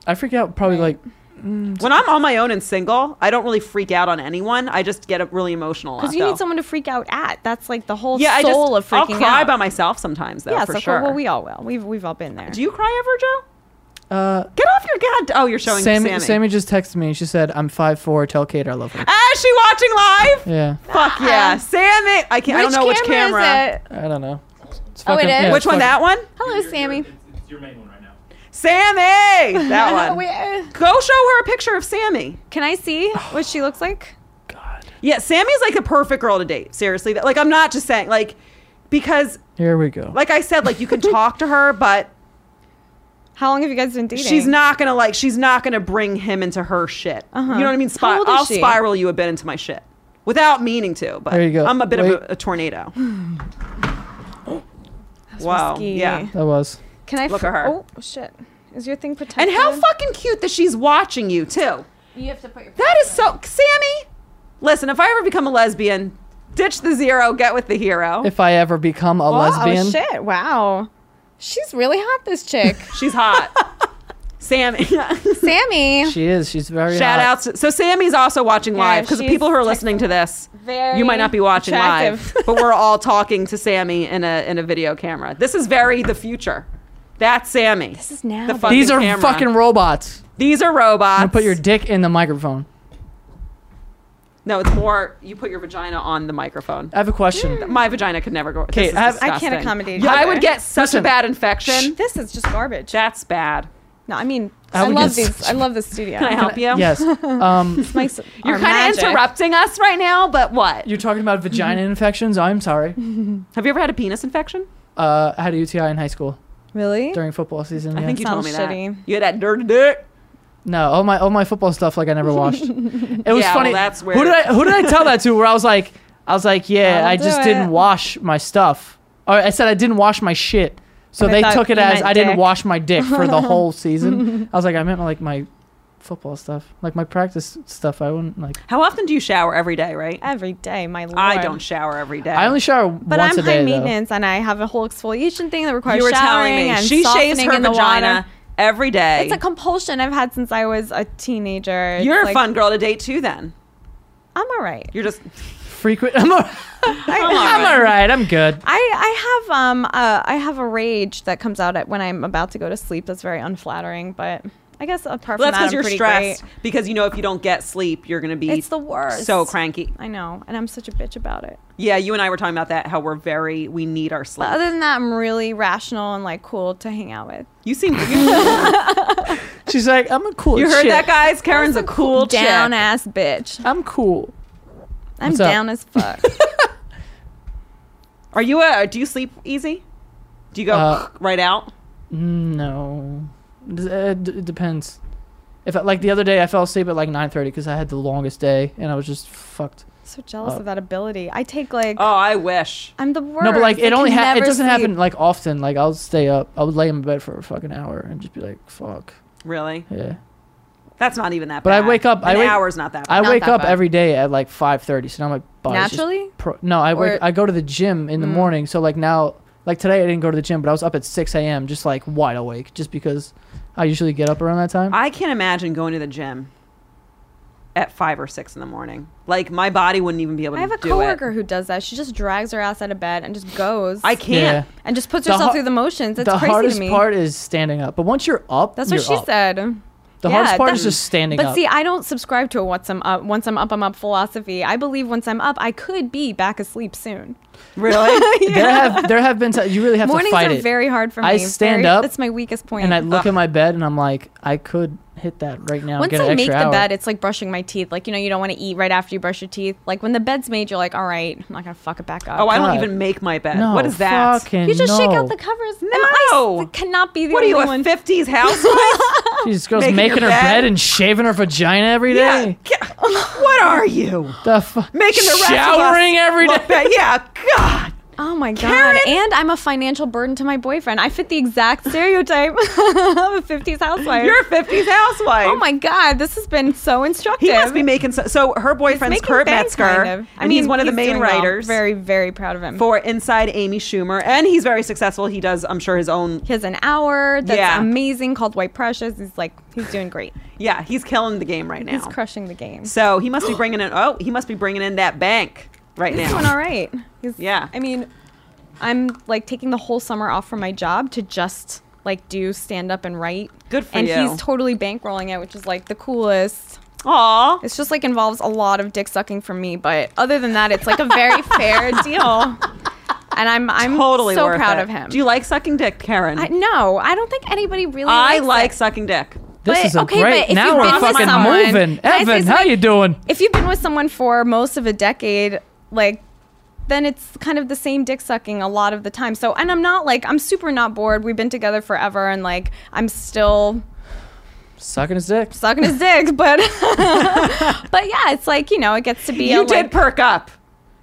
I freak out probably like When I'm on my own and single, I don't really freak out on anyone. I just get up really emotional. Because Because you need someone to freak out at. That's like the whole Yeah, soul I just. of freaking I'll cry out. by myself sometimes, though. yes, for of course. sure. Well, we all will. We've we've all been there. Do you cry ever, Joe? uh, Get off your god. Oh, you're showing Sammy, Sammy. Sammy just texted me and she said, "I'm five four. Tell Kate I (laughs) love her." Ah, is she watching live? Yeah, Fuck Uh, yeah, Sammy. I can't. I don't know which camera. it? I don't know. It's Oh, it fucking- is? yeah, Which it's one? fucking- That one. Hello, Sammy. It's your main one right now. (laughs) Sammy. That one. Wait, uh, Go show her a picture of Sammy. (laughs) Can I see what she looks like? Yeah, Sammy's like the perfect girl to date. Seriously, like I'm not just saying like because Here we go. like I said, like you (laughs) can talk to her, but How long have you guys been dating? she's not gonna like she's not gonna bring him into her shit. You know what I mean? Spy- Uh-huh. How old is I'll she? spiral you a bit into my shit without meaning to. But There you go. I'm a bit Wait. of a, a (sighs) tornado. (gasps) wow. risky. Yeah. that was. Can I Look f- at her. Oh shit! Is your thing protected? And how fucking cute that she's watching you too. You have to put your. That is so Sammy. Listen, if I ever become a lesbian, ditch the zero, get with the hero. If I ever become a Oh lesbian, (laughs) shit! Wow. She's really hot, this chick. she's hot. Sammy. (laughs) Sammy. She is. She's very Shout hot. outs. So Sammy's also watching Yeah, live because the she's people who are listening to this, very you might not be watching live, attractive. but we're all talking to Sammy in a in a video camera. This is very the future. That's Sammy. This is now, The baby. fucking These are camera. fucking robots. These are robots. I'm gonna put your dick in the microphone. no. It's more. You put your vagina on the microphone. I have a question. My vagina could never go. Okay, this is I have- I can't disgusting. accommodate I either. would get such a Listen. bad infection. This is just garbage. That's bad. No, I mean, I I, would love get these. I love this studio. Can I help you? Yes. Um, It's nice- You're our kind of magic. interrupting us right now, but what? you're talking about vagina infections. I'm sorry. Have you ever had a penis infection? Uh, I had a UTI in high school Really? during football season. I yeah. think you told Sounds me that. shitty. You had that dirty dick. No, all my all my football stuff like I never (laughs) watched. It was Yeah, well, funny. that's where- Who did I who did I tell that to? Where I was like, I was like, yeah, That'll I just do didn't it. wash my stuff. Or I said I didn't wash my shit. So And I they thought took it you as meant I didn't dick. wash my dick for (laughs) the whole season. I was like, I meant like my football stuff, like my practice stuff. I wouldn't like. How often do you shower every day, right? Every day, my lord. I don't shower every day. I only shower But once I'm a day. high though. maintenance, and I have a whole exfoliation thing that requires you were showering telling me and she shaves softening her in the vagina water. every day. It's a compulsion I've had since I was a teenager. It's You're a like, fun girl to date too. Then I'm all right. you're just Frequent. (laughs) (laughs) I'm all, I'm all right. I'm good. I, I have um uh, I have a rage that comes out at when I'm about to go to sleep. That's very unflattering, but I guess apart well, from that's because that, I'm you're pretty stressed. great. Because you know if you don't get sleep, you're gonna be It's the worst. so cranky. I know, and I'm such a bitch about it. Yeah, you and I were talking about that. How we're very we need our But sleep. other than that, I'm really rational and like cool to hang out with. You (laughs) seem you, She's like, I'm a cool. you heard chick. that, guys. Karen's a cool chick. down ass bitch. I'm cool. I'm What's up? down as fuck. (laughs) Are you a? Do you sleep easy? Do you go Uh, (laughs) right out? No, D- uh, d- it depends. If I, like the other day, I fell asleep at like nine thirty because I had the longest day and I was just fucked. so jealous Uh, of that ability. I take like Oh, I wish. I'm the worst. No, but like I it only can ha- it never doesn't happen sleep. like often. Like I'll stay up, I would lay in bed for a fucking hour and just be like, fuck, Really, yeah. that's not even that. But I bad. wake up- An I wake- hour's not that. Bad. I Not wake that up bad. every day at like five thirty, so now my body's just naturally. Pro- no, I wake, Or- Mm. I go to the gym in the morning, so like now, like today I didn't go to the gym, but I was up at six a.m. just like wide awake, just because I usually get up around that time. I can't imagine going to the gym at five or six in the morning. Like my body wouldn't even be able to I have a do coworker it. who does that. She just drags her ass out of bed and just goes. I can't. and just puts The herself har- through the motions. It's the crazy hardest to me. part is standing up, but once you're up, That's what you're she up. said. The Yeah, hardest part is that- just standing But up. see, I don't subscribe to a once I'm up, once I'm up, I'm up philosophy. I believe once I'm up, I could be back asleep soon. Really? (laughs) there have there have been times you really have Mornings to fight are it. very hard for me. I stand Very- up That's my weakest point. and I look at my bed and I'm like, I could hit that right now. and once get an I make extra the hour. bed, it's like brushing my teeth. Like you know, you don't want to eat right after you brush your teeth. Like when the bed's made, you're like, all right, I'm not gonna fuck it back up. Oh, I don't God. even make my bed. No, what is that? Fucking you just no. shake out the covers. No, No. I s- cannot be the What are only you, a one. (laughs) 50s housewife? She's girls making making, your her bed? bed? and shaving her vagina every yeah. day. Ca- What are you? The fu- Making the rest showering of us every look day. bad. Yeah, God. Oh my god! Karen! And I'm a financial burden to my boyfriend. I fit the exact stereotype (laughs) of a 50s housewife. You're a 50s housewife. oh my god! This has been so instructive. He must be making so. so her boyfriend's Making Kurt bank, Metzger. kind of. I mean, he's one of the main doing well. writers Very, very proud of him. for Inside Amy Schumer, and he's very successful. He does, I'm sure, his own. he has an hour that's Yeah. amazing called White Precious. He's like, he's (laughs) doing great. Yeah, he's killing the game right now. He's crushing the game. So he must be bringing in. Oh, he must be bringing in that bank right He's now. doing all right. He's- Yeah. I mean, I'm like taking the whole summer off from my job to just like do stand up and write. Good for and you. And he's totally bankrolling it, which is like the coolest. Aw. It's just like involves a lot of dick sucking from me, but other than that, it's like a (laughs) very fair deal. And I'm I'm totally so worth proud it. of him. Do you like sucking dick, Karen? I, no, I don't think anybody really. I likes like it. sucking dick. This But- is a okay, but great. if Now you've we're been with fucking someone- moving. Can I say Evan, how something? you doing? If you've been with someone for most of a decade, like then it's kind of the same dick sucking a lot of the time. So, and I'm not like I'm super not bored. We've been together forever, and like I'm still Sucking his dick. sucking his dick. (laughs) But but yeah, it's like you know, it gets to be. you a, did Like, perk up.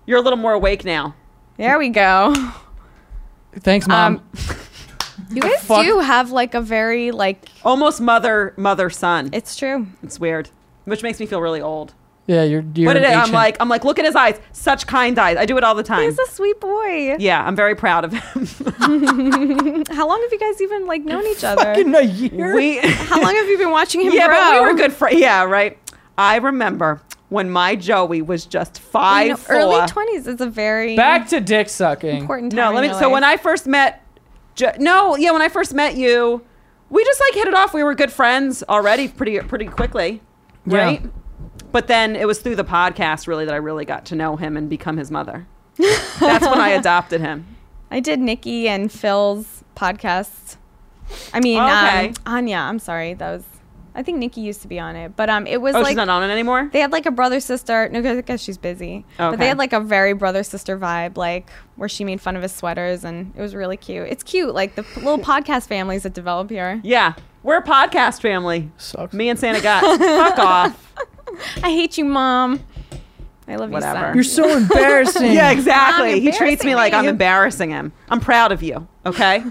You're a little more awake now. there we go. Thanks, mom. Um, You guys Fuck. do have like a very like Almost mother, mother, son. it's true. It's weird, which makes me feel really old. Yeah, you're. you're but it, an I'm ancient- like, I'm like, look at his eyes, such kind eyes. I do it all the time. He's a sweet boy. yeah, I'm very proud of (laughs) him. How long have you guys even like known each other? fucking a year. we, How long have you been watching (laughs) him yeah, grow? but we were good friends. Yeah, right. I remember when my Joey was just You five, know, four. early twenties is a very Back to dick sucking. important time. No, let me. in your So life. when I first met, Jo- no, yeah, when I first met you, we just like hit it off. We were good friends already, pretty pretty quickly, Yeah. right? But then it was through the podcast really that I really got to know him and become his (laughs) mother. That's when I adopted him. I did Nikki and Phil's podcast. I mean, Oh, Okay. um, Anya. I'm sorry, that was. I think Nikki used to be on it, but um, it was Oh, like she's not on it anymore. they had like a brother sister. No, 'cause I guess she's busy. But Okay. they had like a very brother sister vibe, like where she made fun of his sweaters, and it was really cute. It's cute, like the (laughs) p- little podcast families that develop here. yeah, we're a podcast family. Sucks. Me and Santa (laughs) got fuck off. I hate you, mom. I love Whatever. you, You're son. so (laughs) embarrassing. Yeah, Mom, exactly. He embarrassing treats me like I'm me. embarrassing him. I'm proud of you. (laughs) Okay.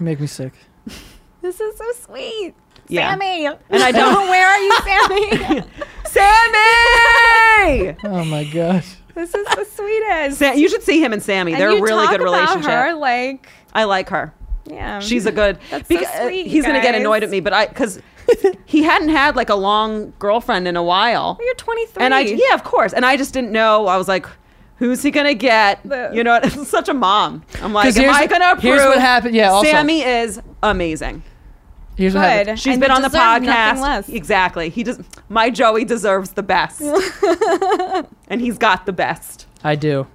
Make me sick. This is so sweet, Yeah. Sammy. And I don't. Where (laughs) are you, Sammy? Sammy. Oh my gosh. this is the sweetest. Sa- you should see him and Sammy. And They're a you really talk good about relationship. Her, like, I like her. yeah, She's a good. Mm. That's so beca- uh, sweet, you he's gonna get guys. annoyed at me, but I because he hadn't had like a long girlfriend in a while. You're 23. And I yeah, of course. And I just didn't know. I was like, who's he gonna get? The- You know, (laughs) it's such a mom. I'm like, 'Cause am here's- I gonna approve? here's what happened- yeah, also- Sammy is amazing. Here's what happened. Good. She's And been they on the deserve nothing podcast. less. Exactly. He does. My Joey deserves the (laughs) best, and he's got the best. I do.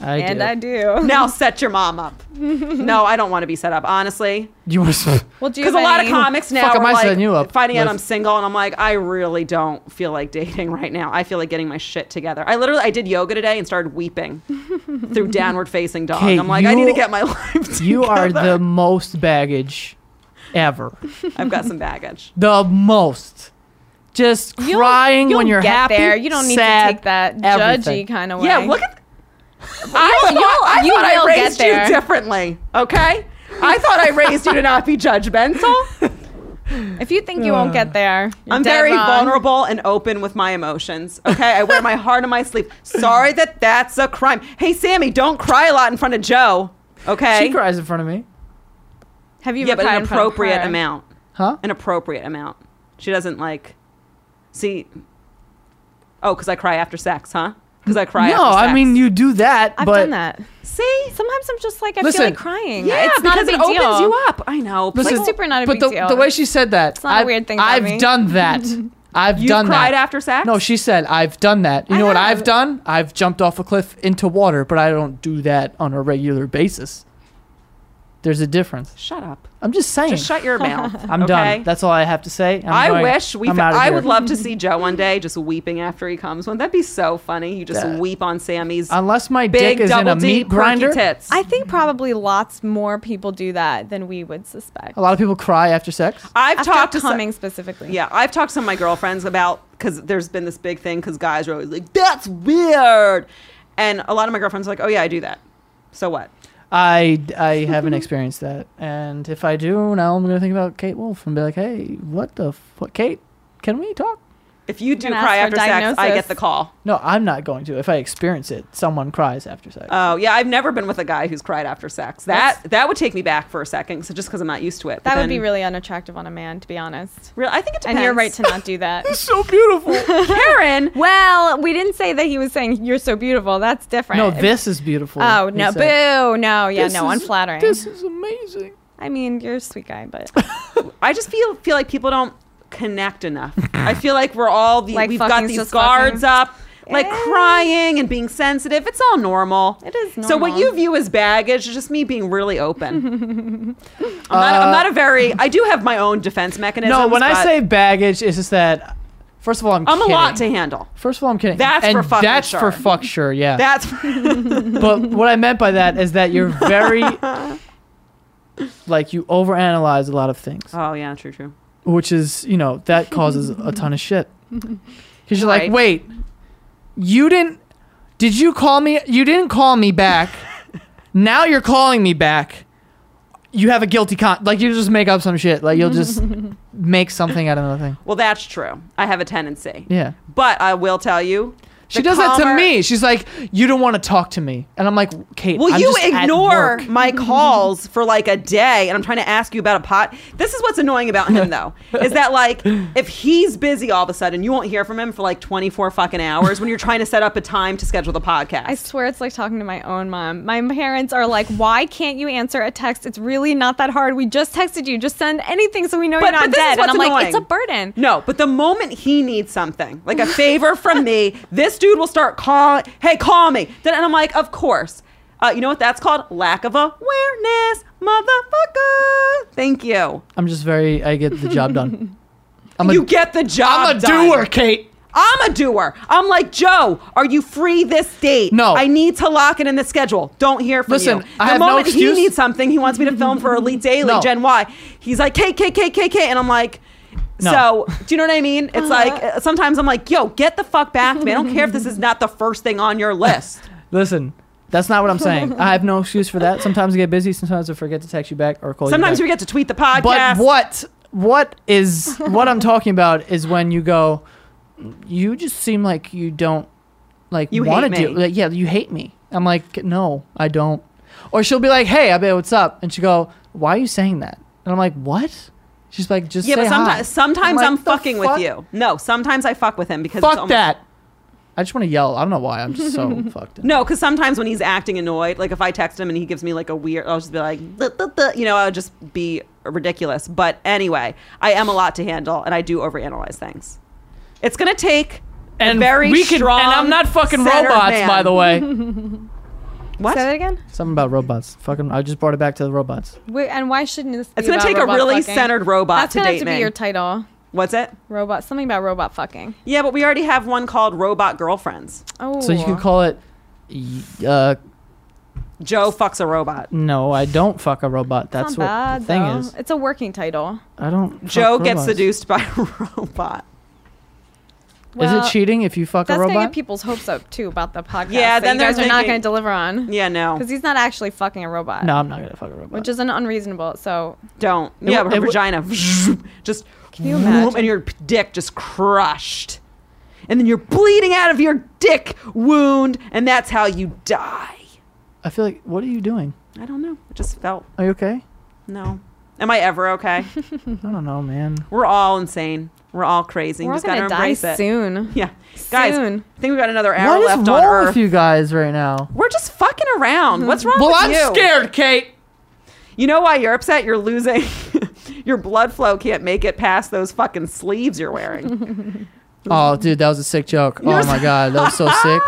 I and do. I do. Now set your mom (laughs) up. No, I don't want to be set up. Honestly, You want to? Well, do you Because a have lot of any- comics now Fuck, are am I like setting you up finding out with- I'm single, and I'm like, I really don't feel like dating right now. I feel like getting my shit together. I literally, I did yoga today and started (laughs) weeping through downward facing dog. Kate, I'm like, I need to you- get my (laughs) life. Together. You are the most baggage ever. I've got some baggage. The most. Just You'll- crying you'll when you're get happy. there. You don't need sad, to take that everything. judgy kind of way. Yeah, look (laughs) at. I thought, you'll- I, you thought I will get raised you there. differently. Okay, I thought I raised you to not be (laughs) judgmental. If you think you won't get there, you're Mm. I'm dead very wrong. vulnerable and open with my emotions. Okay, (laughs) I wear my heart on my sleeve. Sorry that that's a crime. Hey, Sammy, don't cry a lot in front of Joe. Okay, She cries in front of me. Have you yeah, ever but cried an in front of appropriate her? amount. Huh? An appropriate amount. She doesn't like. See. Oh, because I cry after sex, huh? Because I cry. no, after I sex. mean you do that, I've but done that. See. Sometimes I'm just like I Listen. feel like crying. Yeah, it's not a because big it opens deal. you up. I know. but listen, Like, super not a but big the, deal. the way she said that, not a I've, weird thing about I've me. done (laughs) that. I've You've done cried that. after sex? No, she said I've done that. You I know what have. Ah. I've done? I've jumped off a cliff into water, but I don't do that on a regular basis. There's a difference. shut up. I'm just saying. Just shut (laughs) your mouth. I'm okay? done. That's all I have to say. I'm I going- wish we. I'm fa- out of I here. would love (laughs) to see Joe one day just weeping after he comes. One that'd be so funny. You just Yeah. weep on Sammy's Unless my big dick is in double a D meat quirky grinder. Tits. I think probably lots more people do that than we would suspect. A lot of people cry after sex. I've After talked to some- coming specifically. Yeah, I've talked to some of my girlfriends about because there's been this big thing because guys are always like, "That's weird," and a lot of my girlfriends are like, "Oh yeah, I do that." So what? I (laughs) I haven't experienced that, and if I do, now I'm gonna think about Kate Wolf and be like, hey, what the fuck, Kate? Can we talk? If you do gonna cry ask after for a sex, I get diagnosis. the call. No, I'm not going to. If I experience it, someone cries after sex. Oh yeah, I've never been with a guy who's cried after sex. That that would take me back for a second. So just because I'm not used to it, That would be really unattractive on a man, to be honest. Real, I think it depends. And you're right to not do that. so beautiful. (laughs) Karen. well, we didn't say that he was saying you're so beautiful. That's (laughs) different. no, this is beautiful. Oh he no! said. Boo! No, yeah, This no, is- unflattering. This is amazing. I mean, you're a sweet guy, but I just feel feel like people don't connect enough. I feel like we're all the, Like we've got fucking's these just guards fucking. up, like Eh. crying and being sensitive. It's all normal. It is So what normal. you view as baggage is just me being really open. I'm, (laughs) not, I'm not a very. I do have my own defense mechanism. Uh, No, when I say baggage, it's just that. First of all, I'm. I'm a lot to kidding. handle. First of all, I'm kidding. That's and for fucking that's sure. for fuck sure. Yeah. (laughs) That's (laughs) but what I meant by that is that you're (laughs) very. like you overanalyze a lot of things. oh yeah, true, true. which is you know (laughs) that causes a ton of shit because you're Right. like wait you didn't did (laughs) you call me you didn't call me back now you're calling me back you have a guilty con. Like you just make up some shit. Like you'll (laughs) just make something out of another thing. Well, that's true. I have a tendency. Yeah. But I will tell you. She the does that to calmer- me. She's like, "You don't want to talk to me," and I'm like, "Kate, Well, I'm you just at ignore work." my calls for like a day, and I'm trying to ask you about a pot. This is what's annoying about him, though, is that like if he's busy all of a sudden, you won't hear from him for like 24 fucking hours when you're trying to set up a time to schedule the podcast. I swear it's like talking to my own mom. My parents are like, "Why can't you answer a text? It's really not that hard. We just texted you. Just send anything so we know you're this not is dead." And what's I'm like, "It's a annoying. burden." No, but the moment he needs something, like a favor from me, this dude will start calling, hey, call me. Then, and I'm like, of course. Uh, you know what that's called? Lack of awareness, motherfucker. Thank you. I'm just very. I get the job (laughs) done. I'm a, you get the job. I'm a done. doer, Kate. I'm a doer. I'm like, Joe, are you free this date? No. I need to lock it in the schedule. Don't hear from Listen, you. The I have no moment he excuse. needs something, he wants me to film for Elite Daily, No. Gen Y. He's like, K, K, K, K, K. And I'm like, No. So, do you know what I mean? It's like uh, sometimes I'm like, yo, get the fuck back to me. I don't care if this is not the first thing (laughs) on your list. Listen, that's not what I'm saying. (laughs) I have no excuse for that. Sometimes I get busy. Sometimes I forget to text you back or call Sometimes you. we back. get to tweet the podcast. But what what (laughs) is what I'm talking about is when you go, you just seem like you don't like You hate want to me." do. Like, yeah, you hate me. I'm like, no, I don't. Or she'll be like, hey, I bet what's up, and she go, why are you saying that? And I'm like, what? She's like, just Yeah, say but hi." sometimes, sometimes like, I'm, "The fucking fuck? with you. No, sometimes I fuck with him because it's Fuck almost- that. I just want to yell. I don't know why. I'm just (laughs) so fucked. Up. No, because sometimes when he's acting annoyed, like if I text him and he gives me like a weird, I'll just be like, "Duh, duh, duh," you know, I'll just be ridiculous. But anyway, I am a lot to handle, and I do overanalyze things. It's gonna take And a very we can, strong. And I'm not fucking centered robots, man. by the way. (laughs) What? Say that again. Something about robots. Fucking, I just brought it back to the robots. Wait, and why shouldn't this? Be It's gonna about take a robot really fucking? centered robot That's to gonna date have to me. be your title. What's it? Robot. Something about robot fucking. Yeah, but we already have one called Robot Girlfriends. Oh. So you can call it. y- Uh, Joe fucks a robot. no, I don't fuck a robot. That's That's not what bad, the thing though. is. It's a working title. I don't. fuck Joe gets robots. seduced by (laughs) a robot. Well, is it cheating if you fuck a That's gonna get robot? people's hopes up too about the podcast. Yeah, that then you they're guys are not thinking- gonna deliver on. Yeah, no, Because he's not actually fucking a robot. no, I'm not gonna fuck a robot. Which is an unreasonable. So don't. yeah, w- but her it w- vagina just you vroom, imagine? and your p- dick just crushed. And then you're bleeding out of your dick wound, and that's how you die. I feel like. What are you doing? I don't know. It just felt Are you okay? no. Am I ever (laughs) okay? I don't know, man. We're all insane. We're all crazy. we're you all just gotta gonna die embrace it. soon. Yeah, guys. Soon. I think we got another hour What is left wrong on Earth. with you guys right now? We're just fucking around. What's wrong Well, with I'm you? scared, Kate. You know why you're upset? You're losing. (laughs) your blood flow can't make it past those fucking sleeves you're wearing. Oh, dude, that was a sick joke. Oh my god, that was so (laughs) sick.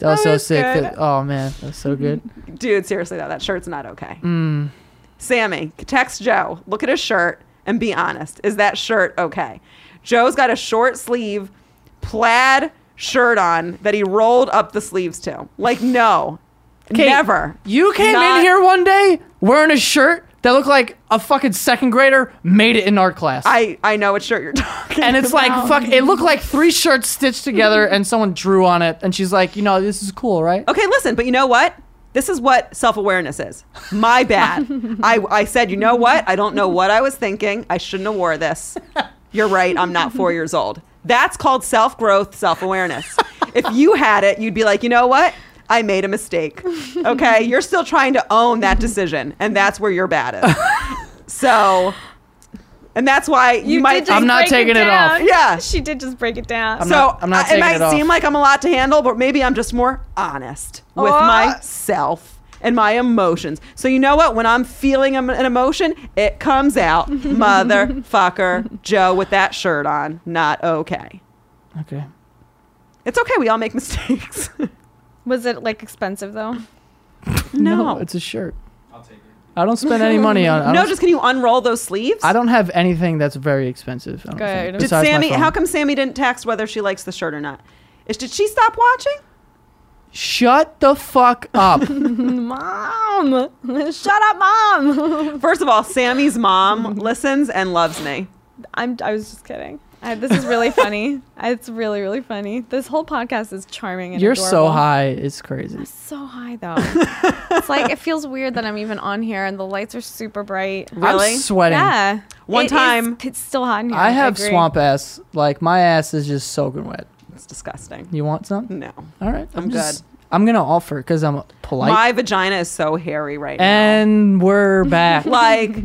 That was so was sick. good. That- oh man, that was so good. Dude, seriously though, that shirt's not okay. Mm. Sammy, text Joe, look at his shirt and be honest. Is that shirt okay? Joe's got a short sleeve plaid shirt on that he rolled up the sleeves to. Like, no. Kate, never. You came Not- in here one day wearing a shirt that looked like a fucking second grader made it in art class. I, I know what shirt you're (laughs) talking and it's like about. fuck it looked like three shirts stitched together and someone drew on it and she's like, "You know, this is cool, right?" Okay, listen, but you know what? This is what self awareness is. My bad. I, I said, you know what? I don't know what I was thinking. I shouldn't have wore this. You're right. I'm not four years old. That's called self growth, self awareness. If you had it, you'd be like, you know what? I made a mistake. Okay. You're still trying to own that decision, and that's where you're bad at. So, and that's why you, did might. just I'm not break taking it off. down. Yeah. She did just break it down. I'm so not- I'm not I- taking it might it off. seem like I'm a lot to handle, but maybe I'm just more honest with Oh. myself and my emotions. So you know what? When I'm feeling em- an emotion, it (laughs) comes out, motherfucker. Joe with that shirt on, not okay. Okay. It's okay. We all make mistakes. (laughs) Was it like expensive though? no, it's a shirt. I'll take it. I don't spend any money on I Oh. (laughs) no. don't, Just can you unroll those sleeves? I don't have anything that's very expensive. I don't Good. think, Did Did besides my Sammy? phone. How come Sammy didn't text whether she likes the shirt or not? Is did she stop watching? Shut the fuck up. (laughs) Mom, (laughs) shut up, (laughs) mom. (laughs) First of all, Sammy's mom listens and loves me. I'm. I was just kidding. Uh, this (laughs) is really funny. It's really, really funny. This whole podcast is charming. And You're so adorable. high. It's crazy. So high though. it's like it feels weird that I'm even on here, and the lights are super bright. Really? I'm sweating. Yeah. One It is- time- it's still hot in here. I have agree. swamp ass. Like my ass is just soaking wet. It's disgusting. You want some? No. All right. I'm just- I'm gonna offer because I'm polite. My vagina is so hairy right and we're back. now. (laughs) Like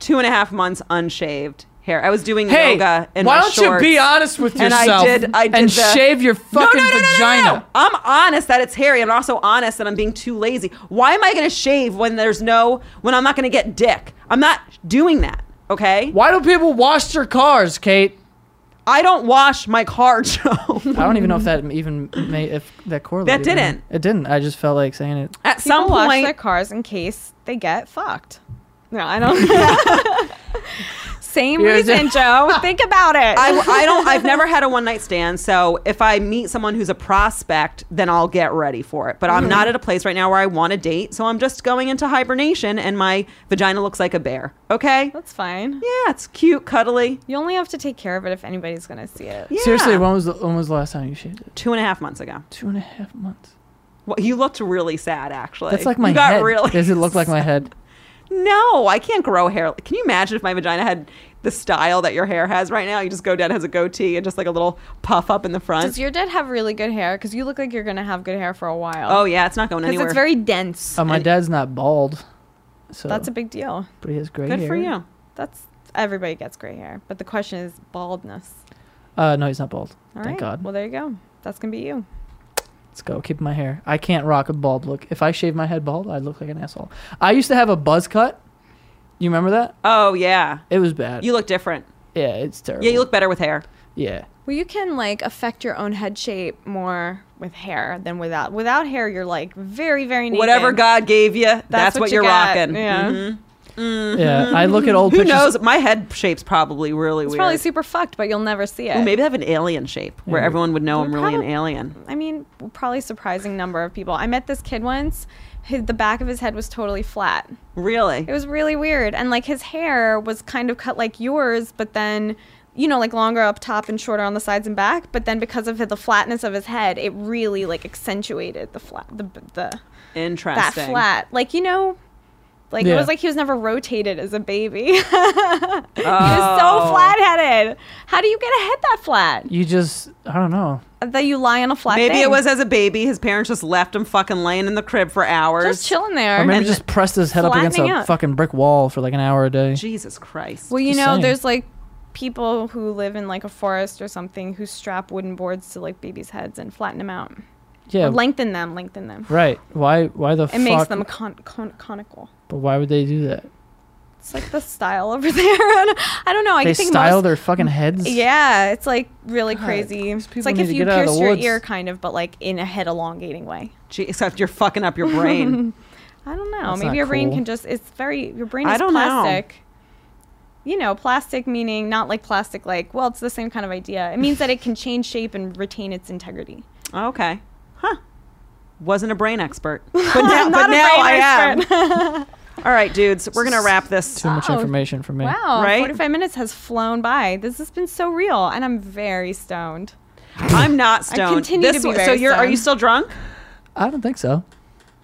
two and a half months unshaved hair. I was doing hey, yoga in why my don't shorts. you be honest with And I yourself did- I did and the- shave your No, fucking no, no, no, no, vagina? No, I'm honest that it's hairy. I'm also honest that I'm being too lazy. Why am I going to shave when there's no when I'm not going to get dick? I'm not doing that. Okay. Why do people wash their cars, Kate? I don't wash my car, (laughs) Joe. I don't even know if that even made if that correlated. That didn't. It didn't. I just felt like saying it. At People some wash point, their cars in case they get fucked. No, I don't. (laughs) Same You're just- reason, Joe. Think about it. I, I don't. I've never had a one night stand. So if I meet someone who's a prospect, then I'll get ready for it. But Mm-hmm. I'm not at a place right now where I want to date. So I'm just going into hibernation, and my vagina looks like a bear. Okay. That's fine. Yeah, it's cute, cuddly. You only have to take care of it if anybody's gonna see it. Yeah. Seriously, when was the, when was the last time you shaved it? two and a half months ago. Two and a half months. Well, you looked really sad, actually. That's like my you got head. Really Does it look like my (laughs) head? No, I can't grow hair. Can you imagine if my vagina had the style that your hair has right now? You just go down, it has a goatee, and just like a little puff up in the front. Does your dad have really good hair? Because you look like you're gonna have good hair for a while. oh yeah, it's not going because anywhere. it's very dense. Oh, my And- dad's not bald. So That's a big deal. but he has gray good hair. for you. That's everybody gets gray hair, but the question is baldness. Uh, no, he's not bald. All right. Thank God. Well, there you go. That's gonna be you. Let's go. Keep my hair. I can't rock a bald look. If I shave my head bald, I look like an asshole. I used to have a buzz cut. You remember that? Oh yeah, It was bad. you look different. yeah, it's terrible. Yeah, you look better with hair. Yeah. Well, you can like affect your own head shape more with hair than without. Without hair, you're like very, very naked. Whatever God gave you, that's, what, you you're got. rocking. Yeah, Mhm. Yeah. I look at (laughs) old Who pictures. knows? My head shape's probably really it's weird. probably super fucked, but you'll never see it. Ooh, maybe I have an alien shape where Maybe. everyone would know I'm really an probably- alien. I mean, probably surprising number of people. I met this kid once. His, the back of his head was totally flat. Really? It was really weird. And like his hair was kind of cut like yours, but then, you know, like longer up top and shorter on the sides and back. But then because of the flatness of his head, it really like accentuated the flat, the, the that Interesting. flat. Like, you know, like Yeah. it was like he was never rotated as a baby. (laughs) he was Oh. so flat headed. How do you get a head that flat? You just, I don't know. That you lie on a flat Maybe it thing? was as a baby. His parents just left him fucking laying in the crib for hours. just chilling there. Or maybe And just pressed his head up against a flattening out. fucking brick wall for like an hour a day. Jesus Christ. Well, you Just know, saying. there's like people who live in like a forest or something who strap wooden boards to like babies' heads and flatten them out. Yeah. Or lengthen them, lengthen them. right. Why? Why the It fuck? makes them con- con- conical. but why would they do that? It's like the style over (laughs) there. I don't know. I they think style most, their fucking heads. Yeah, it's like really crazy. these people It's like need if to you get out of pierce the your woods. ear, kind of, but like in a head elongating way. Gee, except you're fucking up your (laughs) brain. I don't know. That's not Maybe your brain cool. can just. It's very. Your brain I is don't know. plastic. You know, plastic meaning not like plastic, like, well, it's the same kind of idea. It means that it can change shape and retain its integrity. okay. Huh. Wasn't a brain (laughs) expert. But now, (laughs) but not a now I brain am. All right, dudes, we're going to wrap this. Too much Oh. information for me. (laughs) Wow. Right? 45 minutes has flown by. This has been so real, and I'm very stoned. I'm not stoned. continue to This be was- very So you're are you stoned. still drunk? I don't think so.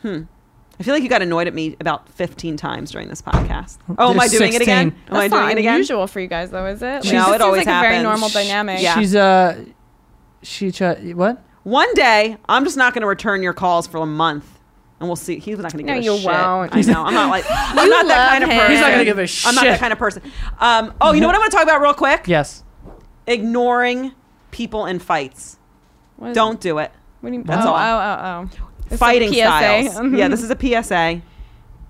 I feel like you got annoyed at me about 15 times during this podcast. Oh, am I There's doing it again? 16. Am I That's doing not it again? unusual for you guys, though, is it? No, this it seems always like a very happens. normal Sh- dynamic. yeah. She's uh, she ch- what? One day, I'm just not going to return your calls for a month. And we'll see. He's not going to No, give a you shit. won't. I know. I'm not (laughs) like. I'm You not that love kind of him. person. He's not gonna give a I'm not that shit. kind of person. Um, oh, you know what I want to talk about real quick? Yes. Ignoring people in fights. What is- Don't do it. What do you, That's oh, all. Oh, oh, oh. It's like Fighting PSA. (laughs) styles. yeah, this is a PSA.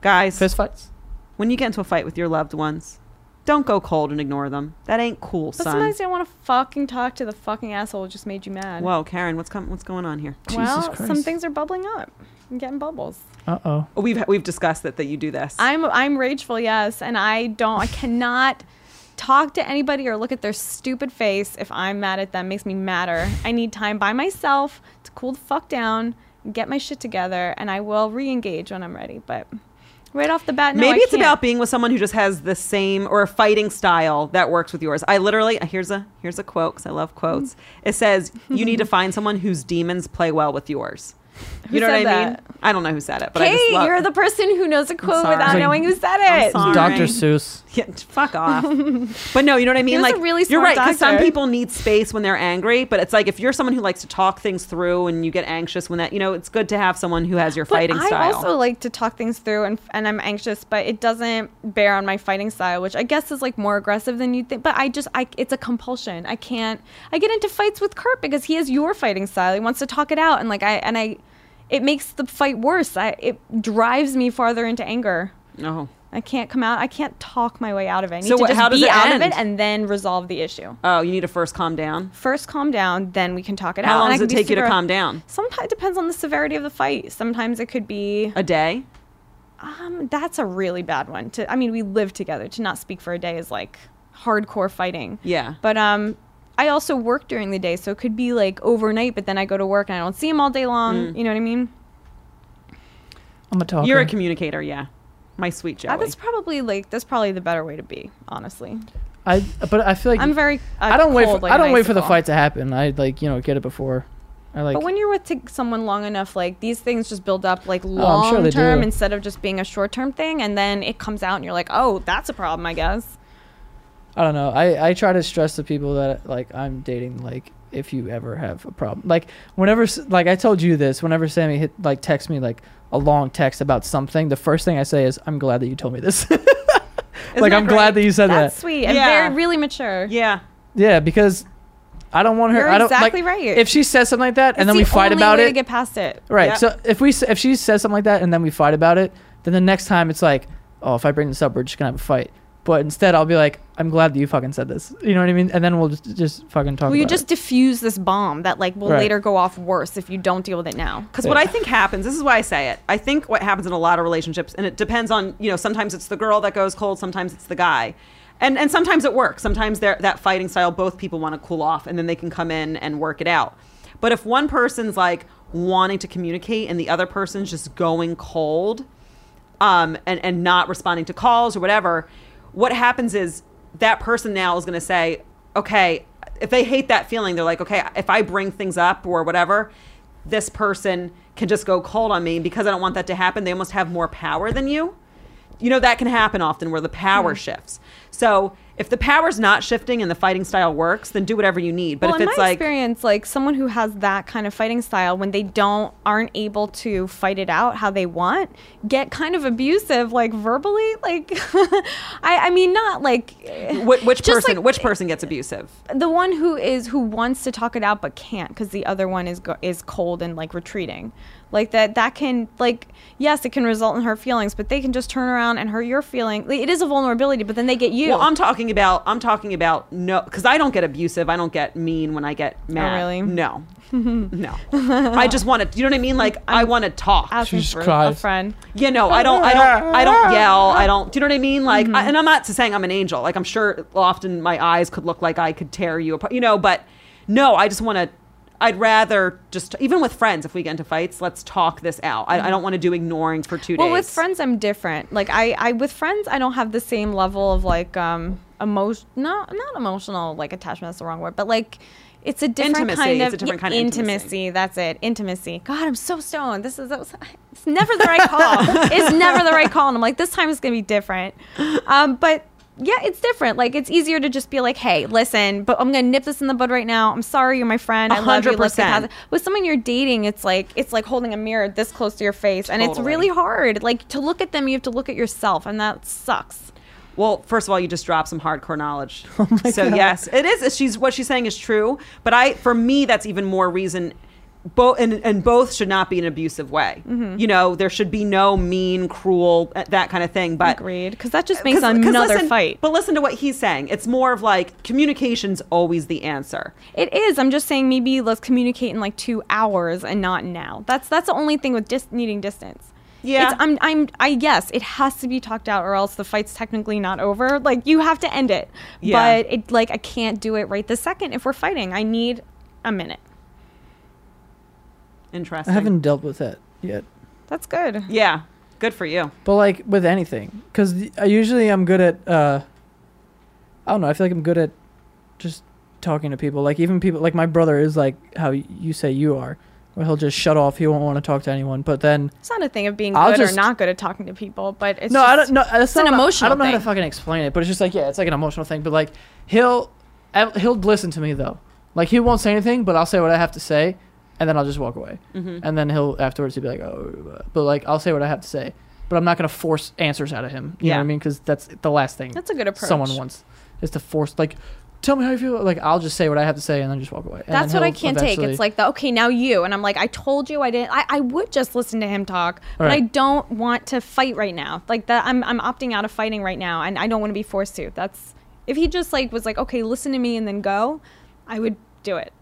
Guys, Fist fights. when you get into a fight with your loved ones, don't go cold and ignore them. That ain't cool, But son. sometimes you don't want to fucking talk to the fucking asshole who just made you mad. Whoa, Karen, what's com- what's going on here? well, Jesus some Christ. things are bubbling up. I'm getting bubbles. Uh oh. We've we've discussed that that you do this. I'm I'm rageful, yes, and I don't I cannot talk to anybody or look at their stupid face if I'm mad at them. Makes me madder. I need time by myself to cool the fuck down, get my shit together, and I will re-engage when I'm ready. But right off the bat. No, Maybe I it's can't. about being with someone who just has the same or a fighting style that works with yours. I literally uh, here's a here's a quote because I love quotes. It says you (laughs) need to find someone whose demons play well with yours. Who You know what I said mean? that? I don't know who said it, but I Kate, just love you're the person who knows a quote sorry. without Like- knowing who said I'm it. sorry. Dr. Alright. Seuss. (laughs) Yeah, Fuck (laughs) off. but no, you know what I mean. was a like really you're smart right. Because some doctor. people need space when they're angry, but it's like if you're someone who likes to talk things through and you get anxious when that, you know, it's good to have someone who has your fighting but style. I also like to talk things through, and and I'm anxious, but it doesn't bear on my fighting style, which I guess is like more aggressive than you think. But I just, I it's a compulsion. I can't. I get into fights with Kurt because he has your fighting style. He wants to talk it out, and like I and I, it makes the fight worse. I it drives me farther into anger. no. I can't come out. I can't talk my way out of it. I need So to what- just how does be it out of end? it and then resolve the issue. Oh, you need to first calm down. First, calm down. Then we can talk it out. How long And I does it can be take you to super- calm down? Sometimes it depends on the severity of the fight. Sometimes it could be A day. um, that's a really bad one. To I mean, we live together. To not speak for a day is like hardcore fighting. Yeah. But um, I also work during the day, so it could be like overnight. But then I go to work and I don't see him all day long. Mm. You know what I mean? I'm a talker. You're a communicator, yeah. My sweet Joey. Uh, that's probably like that's probably the better way to be. Honestly, I, but I feel like I'm very. Uh, I don't wait. cold For, like I an don't wait for the icicle. fight to happen. I like you know get it before. I like. But when you're with t- someone long enough, like these things just build up like Oh, I'm long sure they term do. instead of just being a short term thing, and then it comes out and you're like, oh, that's a problem, I guess. I don't know. I, I try to stress to people that like I'm dating like if you ever have a problem like whenever s- like I told you this whenever Sammy hit like text me like a long text about something the first thing I say is I'm glad that you told me this (laughs) like that I'm glad great? that you said That's that sweet and Yeah. very really mature. yeah. yeah because I don't want her You're I don't exactly like, right. if she says something like that and It's then we the fight only about way it To get past it. Right. Yeah. So if we s- if she says something like that and then we fight about it, then the next time it's like, oh, if I bring this up, we're just gonna have a fight. But instead, I'll be like, I'm glad that you fucking said this. You know what I mean? And then we'll just just fucking talk. Well, you about just it. diffuse this bomb that like will Right. later go off worse if you don't deal with it now. Because what I think happens, this is why I say it. I think what happens in a lot of relationships, and it depends on, you know, sometimes it's the girl that goes cold, sometimes it's the guy. And, and sometimes it works. Sometimes they're- that fighting style, both people want to cool off and then they can come in and work it out. But if one person's like wanting to communicate and the other person's just going cold, um, and, and not responding to calls or whatever, what happens is that person now is going to say, okay, if they hate that feeling, they're like, okay, if I bring things up or whatever, this person can just go cold on me because I don't want that to happen. They almost have more power than you. You know, that can happen often where the Hmm. power shifts. So if the power's not shifting and the fighting style works, then do whatever you need. But well, if in it's my like, experience, like someone who has that kind of fighting style, when they don't aren't able to fight it out how they want, get kind of abusive, like verbally. Like, (laughs) I, I mean, not like wh- which just person, like- which person gets abusive? the one who is who wants to talk it out but can't because the other one is go- is cold and like retreating like that that can like yes it can result in her feelings but they can just turn around and hurt your feeling Like, it is a vulnerability but then they get you Well, I'm talking about I'm talking about no because I don't get abusive. I don't get mean when I get mad. Oh, really? (laughs) No, no. I just want to. You know what I mean? Like i want to talk. asking Jesus for a Christ. friend you know, I don't. I don't. I (laughs) don't yell. I don't. Do you know what I mean? Like, Mm-hmm. I, and I'm not saying I'm an angel. Like, I'm sure often my eyes could look like I could tear you apart. You know, but no, I just want to. I'd rather just even with friends. If we get into fights, let's talk this out. I, I don't want to do ignoring for two Mm-hmm. well days. with friends i'm different like i i with friends i don't have the same level of like um emotion not not emotional like attachment that's the wrong word but like it's a different Intimacy. kind It's of a different kind of intimacy. intimacy. That's it. Intimacy. God, I'm so stoned. This is that was, it's never the right call. it's never the right call. And I'm like, this time is gonna be different. Um, but yeah, it's different. Like it's easier to just be like, hey, listen, but I'm gonna nip this in the bud right now. I'm sorry, you're my friend. I love you. Let's 100%. get past it." With someone you're dating, it's like it's like holding a mirror this close to your face, and it's Totally. really hard. Like to look at them, you have to look at yourself, and that sucks. Well, first of all, you just dropped some hardcore (laughs) knowledge. Oh so yes, it is. She's what she's saying is true. But I, for me, that's even more reason. Both and, and both should not be in an abusive way. Mm-hmm. You know, there should be no mean, cruel, uh, that kind of thing. But Agreed, because that just makes another Uh, listen, fight. But listen to what he's saying. It's more of like communication's always the answer. It is. I'm just saying maybe let's communicate in like two hours and not now. That's that's the only thing with just needing distance. Yeah. It's, I'm. I'm. I yes, it has to be talked out, or else the fight's technically not over. Like you have to end it. Yeah. But it like I can't do it right this second if we're fighting. I need a minute. Interesting. I haven't dealt with that yet. That's good. Yeah. Good for you. But like with anything, because I usually I'm good at uh, I don't know. I feel like I'm good at just talking to people. Like even people, like my brother is like how y- you say you are, where he'll just shut off. He won't want to talk to anyone. But then It's not a thing of being I'll good just- or not good at talking to people, but it's no, just, I don't know. It's an I emotional don't know how to thing. fucking explain it, but it's just like yeah, it's like an emotional thing. But like he'll I- he'll listen to me though. Like he won't say anything, but I'll say what I have to say, and then I'll just walk away. Mm-hmm. And then he'll afterwards he'll be like, oh, but like I'll say what I have to say, but I'm not gonna force answers out of him. You know Yeah. what I mean? Because that's the last thing. That's a good approach. Someone wants is to force like. Tell me how you feel. Like I'll just say what I have to say and then just walk away. And That's then what I he'll can't take. eventually- It's like the okay now you and I'm like I told you I didn't. I, I would just listen to him talk, but I Alright. don't want to fight right now. Like that I'm I'm opting out of fighting right now, and I don't want to be forced to. That's if he just like was like okay listen to me and then go, I would do it.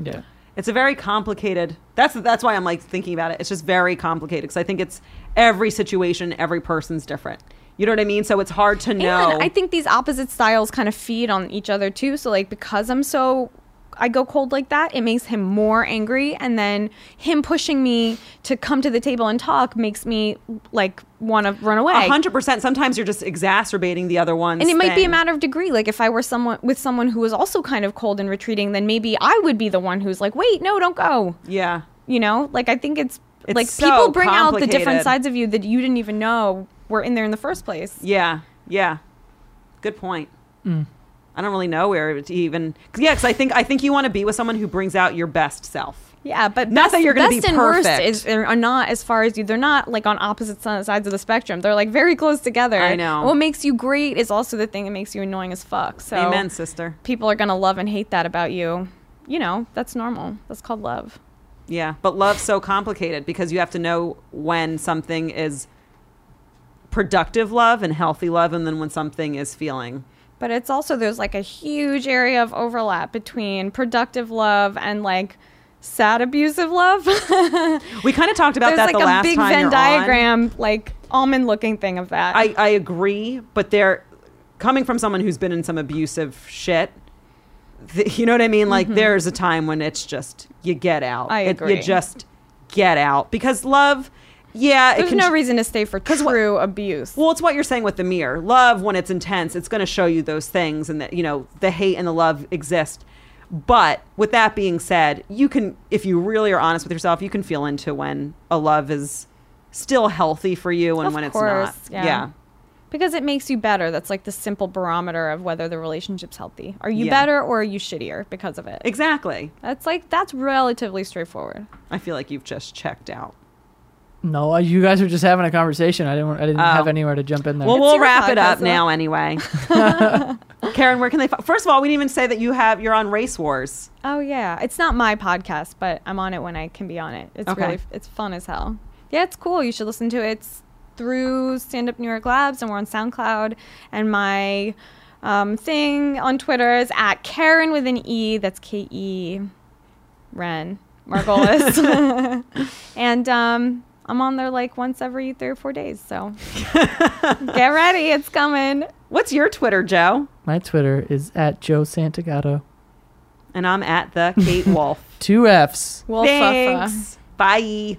yeah. It's a very complicated. That's that's why I'm like thinking about it. It's just very complicated because I think it's every situation, every person's different. You know what I mean? So it's hard to know. And I think these opposite styles kind of feed on each other too. So like because I'm so I go cold like that, it makes him more angry and then him pushing me to come to the table and talk makes me like want to run away. a hundred percent. Sometimes you're just exacerbating the other one's. and it might be a thing. matter of degree. Like if I were someone with someone who was also kind of cold and retreating, then maybe I would be the one who's like, "Wait, no, don't go." Yeah. You know? Like I think it's, It's like so people bring out the different complicated. sides of you that you didn't even know were in there in the first place. Yeah, yeah. Good point. I don't really know where to even. Cause, yeah, because I think I think you want to be with someone who brings out your best self. Yeah, but Not best, that you're gonna be best and worst perfect. is uh, are not as far as you. They're not like on opposite si- sides of the spectrum. They're like very close together. I know. What makes you great is also the thing that makes you annoying as fuck. So Amen, sister. people are gonna love and hate that about you. You know, that's normal. That's called love. Yeah, but love's so complicated because you have to know when something is productive love and healthy love, and then when something is feeling. But it's also there's like a huge area of overlap between productive love and like sad abusive love. (laughs) there's We kind of talked about that like the a last big time. you're Venn on. diagram, like almond looking thing of that. I, I agree, but they're coming from someone who's been in some abusive shit. th- you know what I mean? Like there's a time when it's just you get out. Mm-hmm. I It- agree. you just get out because love. Yeah, it there's can no sh- reason to stay for true abuse. Well, it's what you're saying with the mirror. Love when it's intense, it's going to show you those things, and that you know the hate and the love exist. But with that being said, you can, if you really are honest with yourself, you can feel into when a love is still healthy for you and Of when course, it's not. yeah. because it makes you better. That's like the simple barometer of whether the relationship's healthy. Are you Yeah. better or are you shittier because of it? exactly. That's like that's relatively straightforward. I feel like you've just checked out. No, uh, you guys are just having a conversation. I didn't. I didn't Oh. have anywhere to jump in there. Well, It's we'll your wrap it podcast, up though. now (laughs) anyway. (laughs) Karen, where can they? Fi- First of all, we didn't even say that you have you're on Race Wars. Oh yeah, it's not my podcast, but I'm on it when I can be on it. It's Okay. really it's fun as hell. Yeah, it's cool. You should listen to it. It's through Stand Up New York Labs, and we're on SoundCloud. And my um, thing on Twitter is at Karen with an E. That's K E Ren Margolis. (laughs) and um, I'm on there like once every three or four days. So get ready, it's coming. What's your Twitter, Joe? My Twitter is at Joe Santagato. And I'm at the (laughs) Kate Wolf. Two F's. Wolf Thanks. Bye.